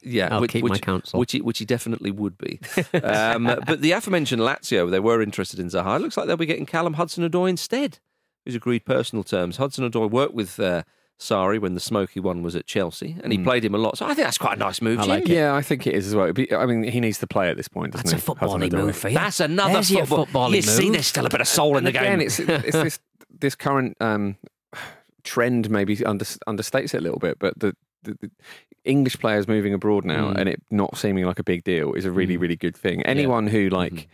A: Yeah,
C: I'll keep my counsel.
A: Which he, which he definitely would be. um, but the aforementioned Lazio, they were interested in Zaha. It looks like they'll be getting Callum Hudson-Odoi instead, who's agreed personal terms. Hudson-Odoi worked with uh, Sari when the smoky one was at Chelsea, and he played him a lot. So Hmm. I think that's quite a nice move.
C: I
A: Jim.
C: like it.
B: Yeah, I think it is as well. It'd be- I mean, he needs to play at this point, doesn't
C: that's a
B: he? Hudson
C: footballing
B: Odoi.
C: move for you.
A: That's another
C: There's your
A: football.
C: footballing
A: You see,
C: move.
A: there's still a bit of soul in
B: And
A: the
B: again,
A: game.
B: it's it's this this current um, trend maybe under, understates it a little bit, but the, the, the English players
A: Mm. Mm-hmm.
B: moving abroad now and it not seeming like a big deal is a really really good thing. Anyone who like.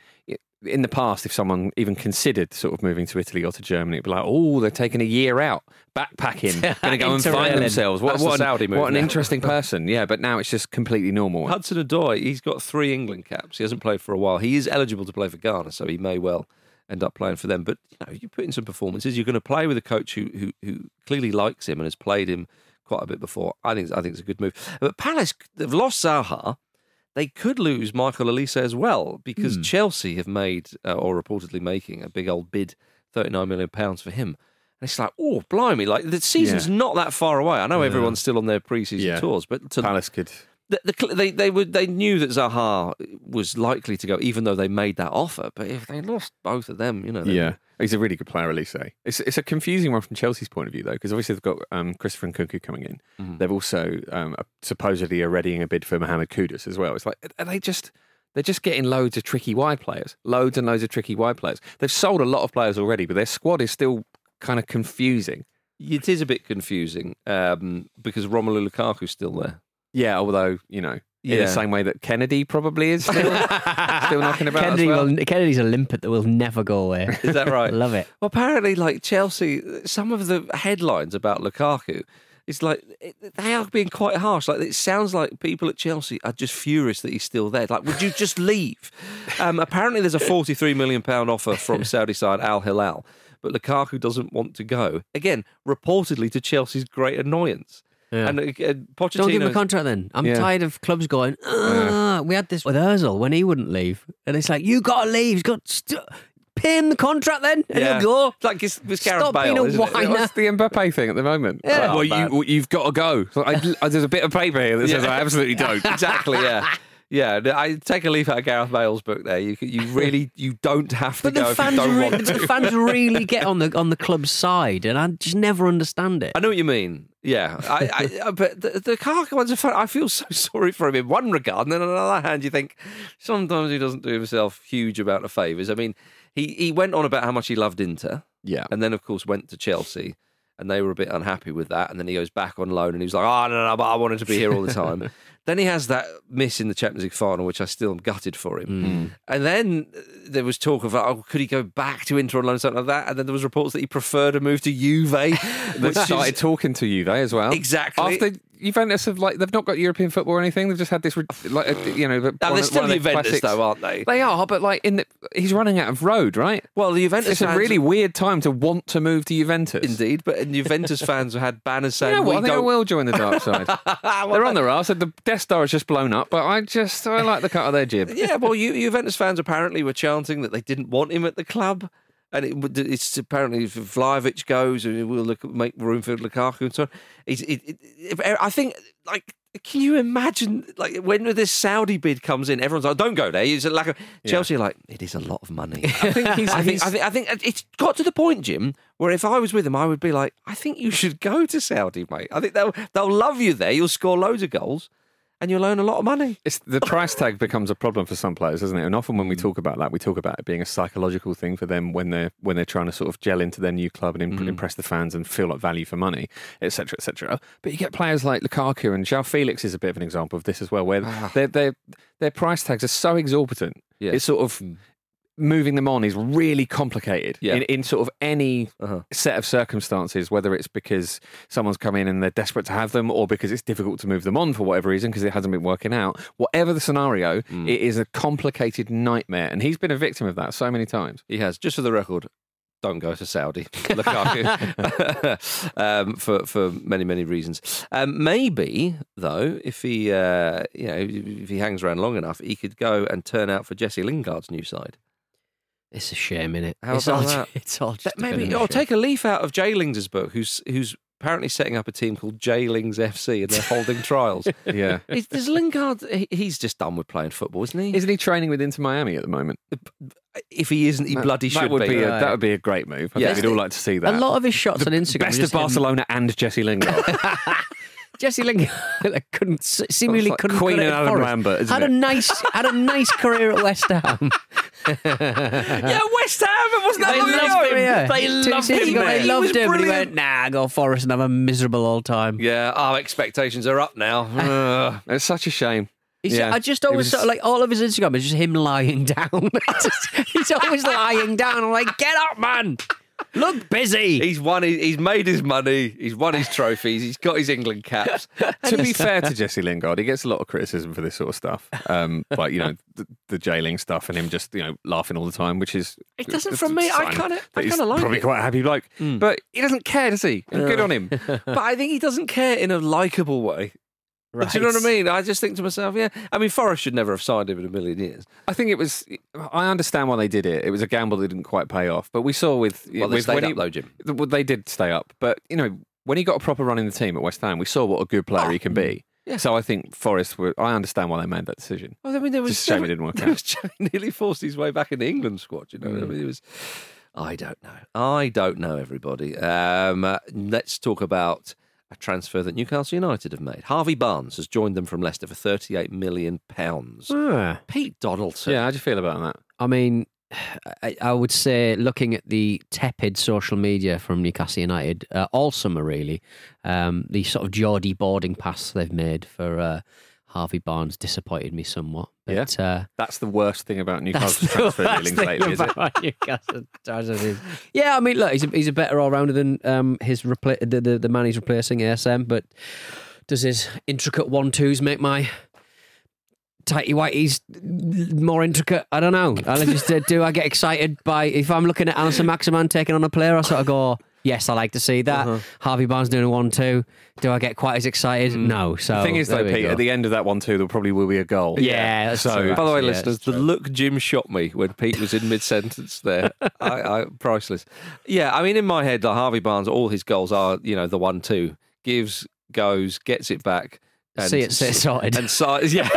B: in the past, if someone even considered sort of moving to Italy or to Germany, it'd be like, oh, they're taking a year out, backpacking, going to go and find
C: Interrailing.
B: themselves. What's
A: That's
B: what
A: the
B: an-
A: Saudi move
B: What an
A: now.
B: interesting person. Yeah, but now it's just completely normal.
A: Hudson Odoi, he's got three England caps. He hasn't played for a while. He is eligible to play for Ghana, so he may well end up playing for them. But you know, you put in some performances. You're going to play with a coach who who, who clearly likes him and has played him quite a bit before. I think I think it's a good move. But Palace they've lost Zaha. They could lose Michael Elise as well because
B: Hmm.
A: Chelsea have made uh, or reportedly making a big old bid, thirty nine million pounds for him. And it's like, oh, blimey! Like the season's
B: Yeah.
A: not that far away. I know everyone's still on their pre-season
B: Yeah.
A: tours, but to
B: Palace could.
A: the, the, cl- they they were they knew that Zaha was likely to go, even though they made that offer. But if they lost both of them, you know, they-
B: Yeah. He's a really good player, Elise. It's, it's a confusing one from Chelsea's point of view, though, because obviously they've got um, Christopher and Kunku coming in. They've also um, supposedly are readying a bid for Mohamed Kudus as well. It's like, are they just. They're just getting loads of tricky wide players, loads and loads of tricky wide players. They've sold a lot of players already, but their squad is still kind of confusing.
A: it is a bit confusing um, because Romelu Lukaku's still there.
B: Yeah, although you know, in
A: Yeah.
B: the same way that Kennedy probably is still, still knocking about.
C: Kennedy
B: as well.
C: will, Kennedy's a limpet that will never go away.
A: Is that right?
C: Love it.
A: Well, apparently, like Chelsea, some of the headlines about Lukaku, it's like it- they are being quite harsh. Like it sounds like people at Chelsea are just furious that he's still there. Like, would you just leave? Um, apparently, there's a 43 million pound offer from Saudi side Al Hilal, but Lukaku doesn't want to go. Again, reportedly to Chelsea's great annoyance. And uh, Pochettino,
C: Don't give him a contract then. I'm
B: Yeah.
C: tired of clubs going, "Ugh." we had this with Ozil when he wouldn't leave. And it's like, you got to leave. He's got st- pay him the contract then and
A: Yeah.
C: he'll go.
A: Like it's, it's Gareth
C: Stop being
A: Bale,
C: a
A: isn't it?
C: whiner.
B: Yeah, What's the Mbappe thing at the moment? Oh,
A: Yeah.
B: Well, you,
A: Bad.
B: well, you've got to go. So I, I- there's a bit of paper here that says
A: Yeah.
B: I absolutely don't.
A: exactly. Yeah. Yeah, no, I take a leaf out of Gareth Bale's book. There, you c- you really you don't have to
C: But
A: go
C: the
A: if
C: fans,
A: you don't
C: re-
A: want to.
C: the fans really get on the on the club's side, and I just never understand it.
A: I know what you mean. Yeah, I, I, I but the, the Lukaku one's a fun. I feel so sorry for him in one regard, and then on the other hand, you think sometimes he doesn't do himself huge amount of favors. I mean, he he went on about how much he loved Inter,
B: Yeah.
A: and then of course went to Chelsea, and they were a bit unhappy with that. And then he goes back on loan, and he was like, "Oh no, no, but I wanted to be here all the time." then he has that miss in the Champions League final, which I still am gutted for him. And then uh, there was talk of, "Oh, could he go back to Inter on loan, something like that?" And then there was reports that he preferred to move to Juve,
B: They
A: which
B: started
A: is.
B: talking to you they as well.
A: Exactly.
B: After Juventus have like they've not got European football or anything. They've just had this re- like a, you know.
A: Now, they're still Juventus,
B: classics.
A: though, aren't they?
B: They are, but like in the he's running out of road, right?
A: Well, the Juventus
B: It's a
A: fans-
B: really weird time to want to move to Juventus.
A: Indeed, but and Juventus fans had banners
B: You
A: saying,
B: know what? I
A: "We
B: think I
A: don't."
B: will join the dark side. They're on their arse. The Death Star has just blown up, but I just I like the cut of their jib.
A: yeah, well, Ju- Juventus fans apparently were chanting that they didn't want him at the club, and it, would- it's apparently if Vlahovic goes, and we'll look, make room for Lukaku and so on. It's, it, it, if- eh, I think, like, can you imagine, like, when this Saudi bid comes in, everyone's like, "Don't go there." It's a lack of Chelsea. are Like, it is a lot of money. I think,
B: he's-
A: I, think,
B: he's-
A: I think, I think it's got to the point, Jim, where if I was with him, I would be like, "I think you should go to Saudi, mate. I think they'll they'll love you there. You'll score loads of goals." And you'll earn a lot of money.
B: It's the price tag becomes a problem for some players, doesn't it? And often when we talk about that, we talk about it being a psychological thing for them when they're when they're trying to sort of gel into their new club and imp- impress the fans and feel like value for money, etc., etc. But you get players like Lukaku and João Felix is a bit of an example of this as well, where their their their price tags are so exorbitant.
A: Yeah.
B: It's sort of moving them on is really complicated
A: Yeah.
B: in, in sort of any
A: Uh-huh.
B: set of circumstances, whether it's because someone's come in and they're desperate to have them or because it's difficult to move them on for whatever reason because it hasn't been working out. Whatever the scenario,
C: Mm.
B: it is a complicated nightmare. And he's been a victim of that so many times.
A: He has. Just for the record, don't go to Saudi, Lukaku, um, for for many many reasons. Um, maybe though, if he uh, you know if he hangs around long enough, he could go and turn out for Jesse Lingard's new side.
C: It's a shame, innit?
A: How
C: it's
A: about
C: all,
A: that?
C: It's all just
A: That maybe
C: I'll
A: or take a leaf out of Jay Ling's book, who's who's apparently setting up a team called Jay Ling's FC, and they're holding trials.
B: Yeah.
A: Is, is Lingard? he- He's just done with playing football, isn't he?
B: Isn't he training with Inter Miami at the moment?
A: if he isn't, he bloody
B: that
A: should
B: would be, a,
C: Right.
B: that would be a great move. I
A: Yeah.
B: think we'd all like to see that.
C: A lot of his shots on Instagram.
B: Best
C: were
B: of
C: just him-
B: Barcelona and Jesse Lingard.
C: Jesse Lingard couldn't seemingly
B: like
C: couldn't
B: Queen
C: cut it
B: and
C: at
B: Adam
C: Forest.
B: Lambert, isn't
C: had
B: it?
C: a nice had a nice career at West Ham.
A: yeah, West Ham. Wasn't that
C: They
A: long
C: loved
A: ago?
C: him.
A: They
C: Two
A: loved
C: seasons
A: him.
C: ago,
A: mate.
C: They
A: He was
C: loved him, and he
A: brilliant.
C: went, "Nah, I go Forest and have a miserable old time."
A: Yeah, our expectations are up now.
B: it's such a shame.
C: He's,
B: Yeah.
C: I just
B: It
C: always
B: was-
C: sort of like all of his Instagram is just him lying down. Just- he's always lying down. I'm like, get up, man. Look busy.
A: He's won. his- He's made his money. He's won his trophies. He's got his England caps.
B: to be fair to Jesse Lingard, he gets a lot of criticism for this sort of stuff. Um, like you know the, the jailing stuff and him just you know laughing all the time, which is
A: It doesn't
B: it's
A: from
B: a
A: me. I
B: sign
A: kinda-
B: that
A: I
B: he's
A: kinda like
B: probably
A: it. Mm.
B: quite a happy bloke, but he doesn't care, does he? And Good on him.
A: but I think he doesn't care in a likable way. Do you know what I mean? I just think to myself, yeah. I mean, Forrest should never have signed him in a million years.
B: I think it was. I understand why they did it. It was a gamble that didn't quite pay off. But we saw with
A: Well, they
B: with
A: stayed
B: when
A: up
B: he,
A: though, Jim.
B: th- Well, they did stay up, but you know when he got a proper run in the team at West Ham, we saw what a good player he can
A: Mm.
B: be. So I think Forrest. Were, I understand why they made that decision.
A: Well, I mean, there was
B: Just a shame it didn't work
A: there
B: out. Mm.
A: was- nearly forced his way back in the England squad. You know, I mean, it was. I don't know. I don't know. Everybody. Um, uh, let's talk about a transfer that Newcastle United have made. Harvey Barnes has joined them from Leicester for thirty-eight million pounds.
C: Ah.
A: Pete Doddleton.
B: Yeah, how do you feel about that?
C: I mean, I, I would say looking at the tepid social media from Newcastle United uh, all summer, really, um, the sort of Geordie boarding pass they've made for uh, Harvey Barnes disappointed me somewhat. But, yeah. Uh,
B: That's the worst thing about
C: Oh,
B: Newcastle's
C: that's the
B: transfer
C: worst
B: dealings
C: thing
B: lately, is it?
C: about Newcastle transfers is- yeah, I mean, look, he's a, he's a better all rounder than um, his repla- the, the the man he's replacing ASM. But does his intricate one twos make my tighty whiteys more intricate? I don't know. I just uh, do. I get excited by if I'm looking at Alison Maximan taking on a player, I sort of go. Yes, I like to see that. Harvey Barnes doing a one-two. Do I get quite as excited? No. So
B: The thing is,
C: there
B: though,
C: we
B: Pete,
C: go.
B: at the end of that one, too, there probably will be a goal.
C: Yeah, that's
B: so,
C: true.
A: By the way,
C: Yeah,
A: listeners,
C: it's
A: the look Jim shot me when Pete was in mid-sentence there, I, I, priceless. Yeah, I mean, in my head, like Harvey Barnes, all his goals are, you know, the one-two, gives, goes, gets it back, and
C: See it, see it sorted.
A: and so, yeah,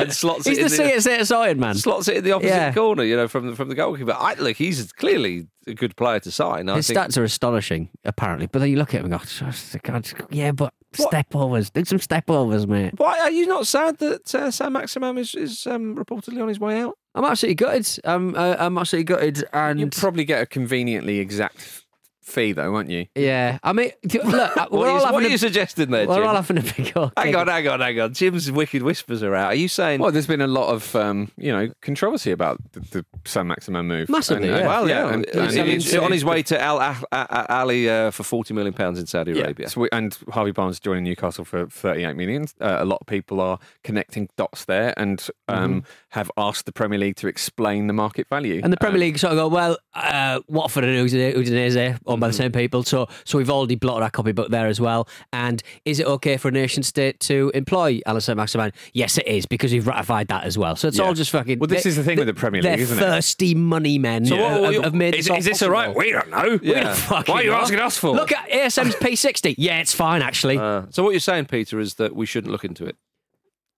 A: and slots
C: He's
A: it.
C: the
A: in
C: see it, see it sorted man.
A: Slots it in the opposite
C: Yeah.
A: corner, you know, from the, from the goalkeeper. I, look, he's clearly a good player to sign. I
C: His
A: think
C: stats are astonishing, apparently. But then you look at him and go, "Oh, "Jesus, God, yeah, but step overs. Do some step overs, mate.
A: why are you not sad that uh, Sam Maximum is, is um, reportedly on his way out?
C: I'm absolutely gutted. I'm, uh, I'm absolutely gutted.
B: You'll
C: And
B: probably get a conveniently exact fee, though, won't you?
C: yeah, I mean, th- look, uh,
A: What,
C: we're,
A: are you,
C: all
A: what are
C: having
A: you
C: a,
A: suggesting there,
C: we're
A: Jim?
C: all having a big old
A: Hang
C: giggle.
A: on, hang on, hang on. Jim's wicked whispers are out. Are you saying?
B: Well, there's been a lot of, um, you know, controversy about the, the Sam Maximan move.
C: Massively, yeah.
A: well, yeah,
B: and-
A: it's-
B: and
A: it's-
B: it's-
A: it's on his way to Al Ah- Ah- Ah- Ali uh, for forty million pounds in Saudi
B: Yeah,
A: Arabia.
B: so we- and Harvey Barnes joining Newcastle for 38 million. Uh, a lot of people are connecting dots there and um, have asked the Premier League to explain the market value.
C: Mm-hmm. And the Premier
B: Um,
C: League sort of go, well, uh, Watford and Udine- Udinese owned by the same people, so so we've already blotted our copybook there as well. And is it okay for a nation state to employ Alisson Maximan? Yes, it is because we've ratified that as well. So it's
B: Yeah.
C: all just fucking.
B: Well, this
C: they-
B: is the thing with the Premier
C: they're
B: League, isn't it?
C: thirsty money men
B: So
C: who
B: what- what-
C: have, have made
B: is,
C: this all
B: is this all right?
C: possible.
B: We don't know.
C: We don't fucking
B: Why are you
C: know.
B: asking us for?
C: Look at ASM's P60. Yeah, it's fine actually.
A: Uh, so what you're saying, Peter, is that we shouldn't look into it.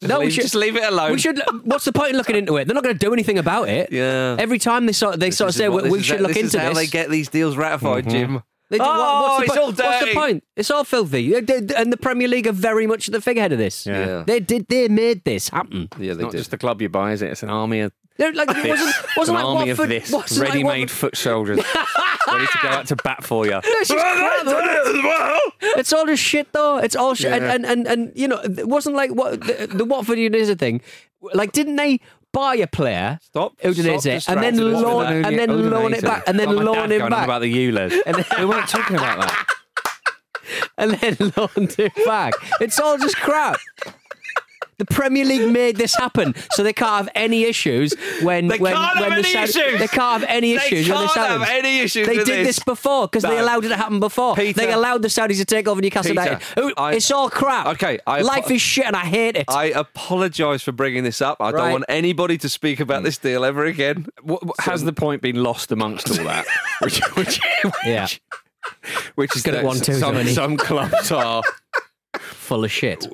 A: Just
C: No, we
A: leave,
C: should-
A: just leave it alone.
C: we should. What's the point in looking into it? They're not going to do anything about it.
A: Yeah.
C: Every time they sort, they sort
A: This
C: of
A: is
C: say
A: what-
C: we,
A: this
C: we
A: is
C: should
A: how-
C: look
A: this
C: into
A: is how
C: this.
A: they
C: Mm-hmm.
A: get these deals ratified, Jim.
C: They do- what-
A: oh,
C: what's, the
A: it's
C: point?
A: all dirty.
C: what's the point? It's all filthy. They- they- And the Premier League are very much at the figurehead of this.
B: Yeah.
A: Yeah.
C: They did. They made this happen.
A: Yeah, they
B: not
A: did.
B: just the club you buy, is it? It's an army of
C: They're like, it
B: this.
C: wasn't, wasn't
B: an
C: like
B: army
C: Watford,
B: of this.
C: wasn't like
B: Ready-made
C: Watford-
B: foot soldiers ready to go out to bat for you.
C: It's just crap, isn't it? It's all just shit, though. It's all shit, and, and and and you know, it wasn't like what the, the Watford Udinese thing. Like, didn't they buy a player?
A: Stop- stop
C: Udinese, and
A: distracting
C: then
A: us with
C: loan,
A: that.
C: and then loan it back, and then loan him back,
B: about the Eulers. we weren't talking about that.
C: and then loaned it back. It's all just crap. The Premier League made this happen, so they can't have any issues when
A: They
C: when,
A: can't have
C: when the
A: any
C: Saudi-
A: issues.
C: they can't have
A: They
C: any issues. when
A: can't
C: this
A: have
C: happens.
A: any issues
C: They
A: with
C: did
A: this.
C: this, before because they
A: No.
C: allowed it to happen before.
A: Peter.
C: they allowed the Saudis to take over Newcastle
A: Peter,
C: United. Who-
A: I-
C: it's all crap.
A: Okay, I apo-
C: life is shit, and I hate it.
A: I apologise for bringing this up. I don't
C: Right. Mm.
A: want anybody to speak about this deal ever again.
B: What, what- has the point been lost amongst all that? which, which,
C: yeah,
B: which is
C: Good at
B: that
C: one, two,
B: some,
C: isn't he?
B: some clubs are
C: full of shit.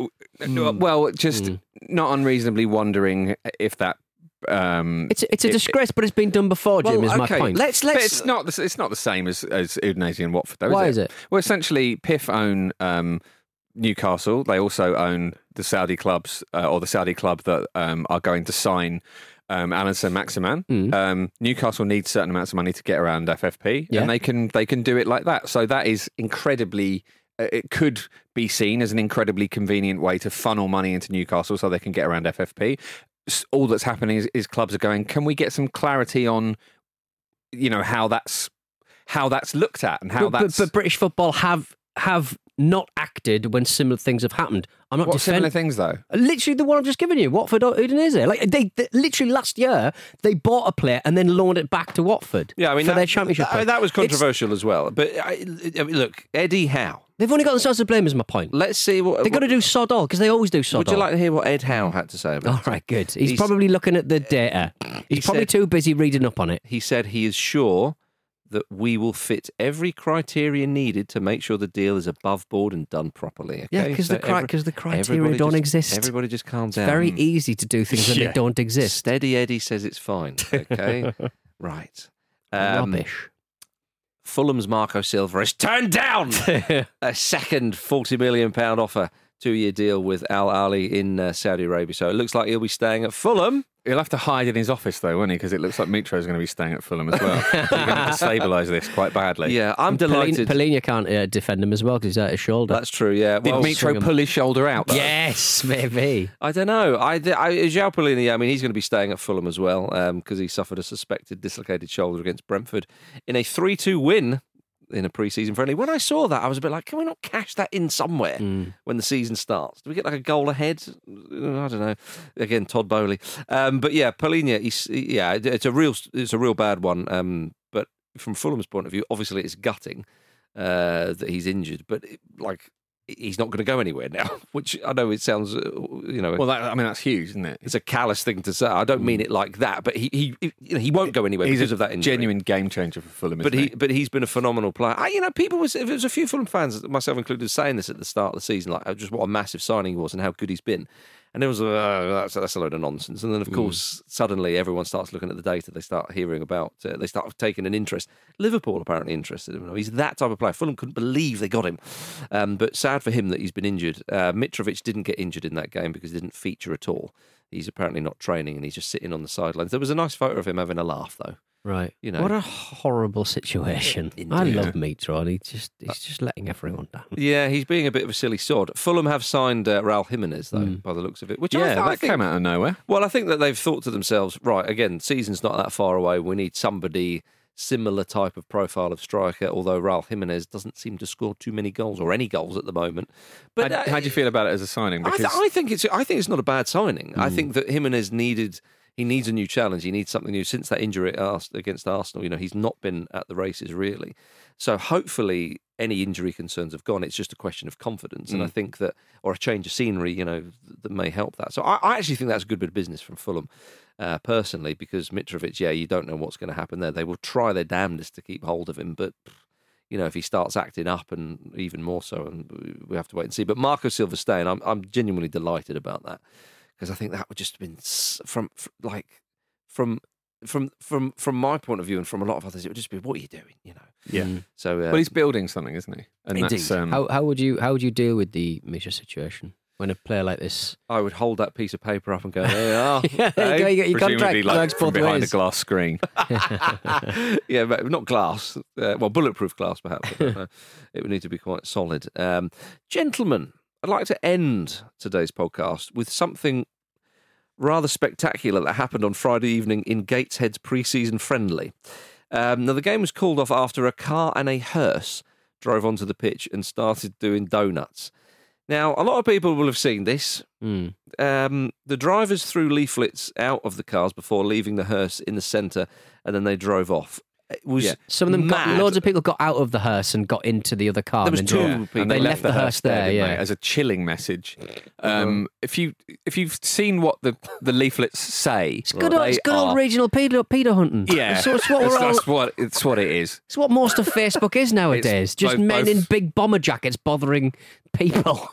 B: well, just not unreasonably wondering if that. Um,
C: It's it's a
B: it-
C: disgrace, but it's been done before. Jim is my
A: okay,
C: point.
A: Let's
B: But
A: let's
B: it's not the, it's not the same as as Udinese and Watford, though.
C: Why
B: is
C: is it?
B: Well, essentially, PIF own um, Newcastle. They also own the Saudi clubs uh, or the Saudi club that um, are going to sign. Um, Alisson Maximan.
C: Hmm.
B: Um, Newcastle needs certain amounts of money to get around FFP,
C: Yeah.
B: and they can they can do it like that. So that is incredibly uh, it could be seen as an incredibly convenient way to funnel money into Newcastle so they can get around FFP. S- All that's happening is, is clubs are going, can we get some clarity on, you know, how that's how that's looked at and how
C: but, but,
B: that's
C: but British football have have not acted when similar things have happened. I'm not
B: what similar
C: defending.
B: things though.
C: Literally, the one I've just given you, Watford or Udinese. Like they, they- literally last year, they bought a player and then loaned it back to Watford.
A: Yeah, I mean
C: for
A: that,
C: their championship.
A: That,
C: player.
A: that was
C: It's-
A: controversial as well. But I, I mean, look, Eddie Howe.
C: they've only got themselves to blame. Is my point.
A: Let's see what
C: They've got to do sod all because they always do sod
A: Would you
C: all.
A: like to hear what Ed Howe had to say about
C: all
A: it?
C: right, good. He's,
A: He's-
C: probably looking at the data. He's
A: he
C: probably
A: said-
C: too busy reading up on it.
A: He said he is sure that we will fit every criteria needed to make sure the deal is above board and done properly.
C: Yeah,
A: okay?
C: 'cause the cri- 'cause the criteria
A: everybody
C: don't
A: just-
C: exist.
A: Everybody just calm down.
C: Very
A: Mm.
C: easy to do things when
A: Yeah.
C: they don't exist.
A: Steady Eddie says it's fine. Okay, right. Um,
C: Rubbish.
A: Fulham's Marco Silva has turned down a second forty million pound offer, two-year deal with Al Ali in uh, Saudi Arabia. So it looks like he'll be staying at Fulham.
B: He'll have to hide in his office though, won't he? Because it looks like Mitro's going to be staying at Fulham as well. He's going to stabilise this quite badly.
A: Yeah, I'm delighted.
C: Polina can't uh, defend him as well because he's hurt his shoulder.
A: That's true. Yeah.
B: Did
A: Well,
B: Mitro pull his shoulder out? though?
C: yes, maybe.
A: I don't know. I, th- I João Polini, I mean, he's going to be staying at Fulham as well because he suffered a suspected dislocated shoulder against Brentford in a 3 2 win in a pre season friendly. When I saw that, I was a bit like, can we not cash that in somewhere when the season starts? Do we get like a goal ahead? Uh, I don't know. Again, Todd Bowley. Um, but yeah, Polina, he's, he- yeah, it- it's a real, it's a real bad one. Um, but from Fulham's point of view, obviously it's gutting uh, that he's injured, but like, He's not going to go anywhere now, which I know it sounds, uh, you know,
B: Well, that, I mean that's huge, isn't it?
A: it's a callous thing to say. I don't mean it like that, but he he he- you know, he won't go anywhere because of that injury.
B: genuine game changer for Fulham.
A: But
B: isn't
A: he but he's been a phenomenal player. I, you know, people was there was a few Fulham fans, myself included, saying this at the start of the season, like just what a massive signing he was and how good he's been. And it was uh, that's that's a load of nonsense. And then of course suddenly everyone starts looking at the data. They start hearing about. Uh, they start taking an interest. Liverpool apparently interested in him. He's that type of player. Fulham couldn't believe they got him. Um, but sad for him that he's been injured. Uh, Mitrovic didn't get injured in that game because he didn't feature at all. He's apparently not training and he's just sitting on the sidelines. There was a nice photo of him having a laugh though.
C: Right.
A: You know.
C: What a horrible situation. I
A: Indeed. hmm.
C: love Mitro and he just he's just letting everyone down.
A: Yeah, he's being a bit of a silly sod. Fulham have signed uh, Raul Jimenez, though, by the looks of it. Which I,
B: he? Hmm. yeah,
A: th- I
B: that
A: think,
B: came out of nowhere.
A: Well, I think that they've thought to themselves, right, again, season's not that far away. We need somebody similar type of profile of striker, although Raul Jimenez doesn't seem to score too many goals or any goals at the moment. But
B: how,
A: uh,
B: how do you feel about it as a signing?
A: I,
B: Because Hmm.
A: th- I think it's I think it's not a bad signing. I think that Jimenez needed he needs a new challenge. He needs something new since that injury at Ars- against Arsenal. You know, he's not been at the races really. So hopefully, any injury concerns have gone. It's just a question of confidence,
B: Hmm.
A: and I think that or a change of scenery, you know, th- that may help that. So I, I actually think that's a good bit of business from Fulham. Uh, personally, because Mitrovic, yeah, you don't know what's going to happen there. They will try their damnedest to keep hold of him, but you know, if he starts acting up and even more so, and we have to wait and see. But Marco Silva staying, I'm I'm genuinely delighted about that because I think that would just have been s- from, fr like from from from from my point of view and from a lot of others, it would just be what are you doing, you know?
B: yeah,
A: So uh,
B: well, he's building something, isn't he? And
A: Indeed.
B: that's, um,
C: How how would you how would you deal with the Mitro situation when a player like this?
A: I would hold that piece of paper up and go, there you are.
C: Yeah, there you go, you get your contract.
B: presumably, like
C: works
B: from
C: both
B: behind
C: ways.
B: a glass screen.
A: yeah, but not glass. Uh, well, bulletproof glass, perhaps. I don't know. it would need to be quite solid. Um, gentlemen, I'd like to end today's podcast with something rather spectacular that happened on Friday evening in Gateshead's pre-season friendly. Um, now, the game was called off after a car and a hearse drove onto the pitch and started doing donuts. Now, a lot of people will have seen this
C: Mm.
A: um, the drivers threw leaflets out of the cars before leaving the hearse in the centre, and then they drove off. It was
B: Yeah.
C: Some of them
A: mad.
C: got loads of people got out of the hearse and got into the other car.
A: There
C: and
A: was
C: then
A: two
C: drove.
A: people.
B: And
C: They left the hearse there,
B: didn't
C: yeah. Uh-huh.
B: they, as a chilling message. Um, If you if you've seen what the the leaflets say,
C: It's good, old, it's good old regional pedo, pedo hunting.
B: Yeah,
C: It's, it's what
B: That's-
C: we're all,
B: that's what it's what it is.
C: it's what most of Facebook is nowadays. Just
B: both-
C: men in
B: both-
C: big bomber jackets bothering people.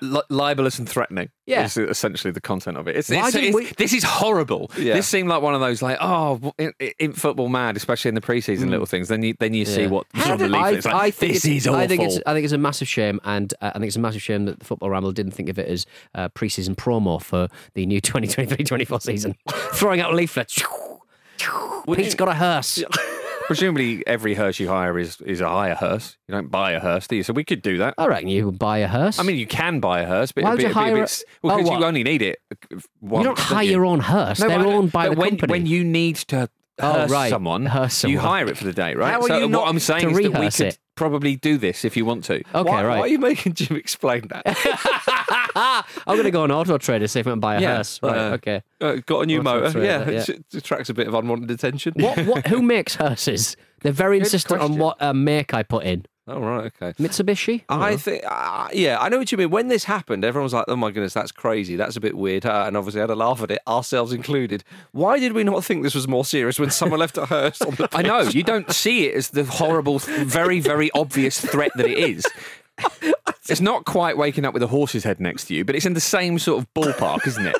B: li- libelous and threatening.
C: Yeah.
B: is essentially the content of it. It's,
C: Why
B: it's-
C: didn't
B: it's-
C: we-
B: This is horrible.
A: Yeah.
B: This seemed like one of those like oh w- in, in football mad, especially in the preseason little things. Then you then you see
C: Mm. Yeah.
B: what
C: How
B: sort of
C: did-
B: the
C: I-
B: leaflets like,
C: I think
B: this
C: it's-
B: is awful.
C: I think it's uh, I think it's a massive shame, and uh, I think it's a massive shame that the football ramble didn't think of it as uh, preseason promo for the new 2023-24 season. Throwing out leaflets. Pete's got a hearse.
B: Presumably, every hearse you hire is, is a hire hearse. You don't buy a hearse, do you? So we could do that.
C: I reckon you would buy a hearse.
B: I mean, you can buy a hearse, but
C: Why
B: it'd
C: would
B: be,
C: you
B: it'd be
C: hire
B: a
C: a-
B: bit. s-
C: Oh,
B: Well, because
C: what?
B: you only need it. Once,
C: you don't hire
B: you?
C: your own hearse.
B: No, I
C: They're
B: know,
C: owned by
B: but
C: the
B: when,
C: company.
B: When you need to
C: Oh,
B: hearse
C: right.
B: someone,
C: Hearse
B: you
C: someone.
B: hire it for the day, right?
C: How are
B: so
C: you
B: what
C: not
B: I'm saying
C: to
B: is that we
C: rehearse
B: could
C: it?
B: probably do this if you want to. Okay, why,
C: right.
B: Why are you making Jim explain that?
C: I'm going to go on Auto Trader see if I can buy a
A: Yeah,
C: hearse. Right,
A: uh,
C: okay.
A: Uh, got a new
C: Well, that's
A: motor.
C: right,
A: Yeah,
C: that-
A: it s- attracts a bit of unwanted attention.
C: What, what, who makes hearses? They're very insistent on
B: question.
C: what uh, make I put in.
A: Oh right, okay.
C: Mitsubishi?
A: I think, uh, yeah, I know what you mean. When this happened, everyone was like, "Oh my goodness, that's crazy. That's a bit weird." Uh, and obviously, had a laugh at it, ourselves included. Why did we not think this was more serious when someone left a hearse on the?
B: I know you don't see it as the horrible, very, very obvious threat that it is. It's not quite waking up with a horse's head next to you, but it's in the same sort of ballpark, isn't it?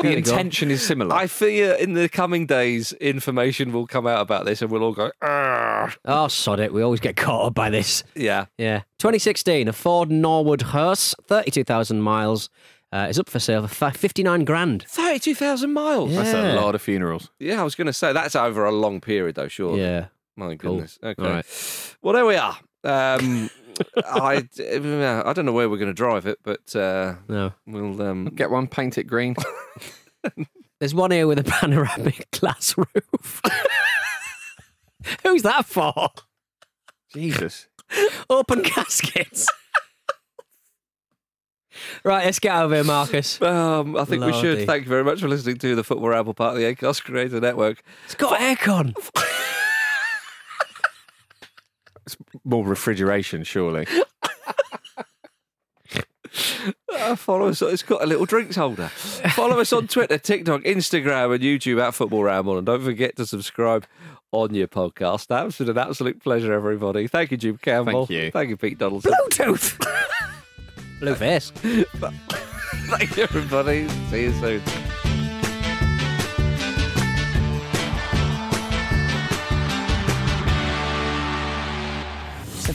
B: the intention is similar.
A: I fear in the coming days, information will come out about this, and we'll all go, "Uh, "Argh."
C: Oh, sod it. We always get caught up by this.
A: "Yeah,
C: Yeah. 2016, a Ford Norwood hearse, 32,000 miles, uh, is up for sale for fi- 59 grand.
A: thirty-two thousand miles."
B: That's a
C: Yeah.
B: lot of funerals.
A: Yeah, I was going to say that's over a long period, though. Sure.
C: Yeah.
A: My goodness. Okay.
C: All right.
A: Well, there we are. Um, I, I don't know where we're going to drive it, but uh,
C: No.
A: we'll um,
B: Get one, paint it green.
C: There's one here with a panoramic glass roof. Who's that for?
B: Jesus.
C: Open caskets. right, let's get out of here, Marcus.
A: Um, I think we
C: Lordy.
A: should. Thank you very much for listening to the Football Ramble part of the Acast Creator Network.
C: It's got aircon.
B: More refrigeration, surely.
A: Uh, follow us. It's got a little drinks holder. Follow us on Twitter, TikTok, Instagram, and YouTube at Football Ramble. And don't forget to subscribe on your podcast. That's been an absolute pleasure, everybody. Thank you, Jim Campbell.
B: Thank you.
A: Thank you, Pete Donaldson.
C: Bluetooth. Blue face.
A: Thank you, everybody. See you soon.
F: The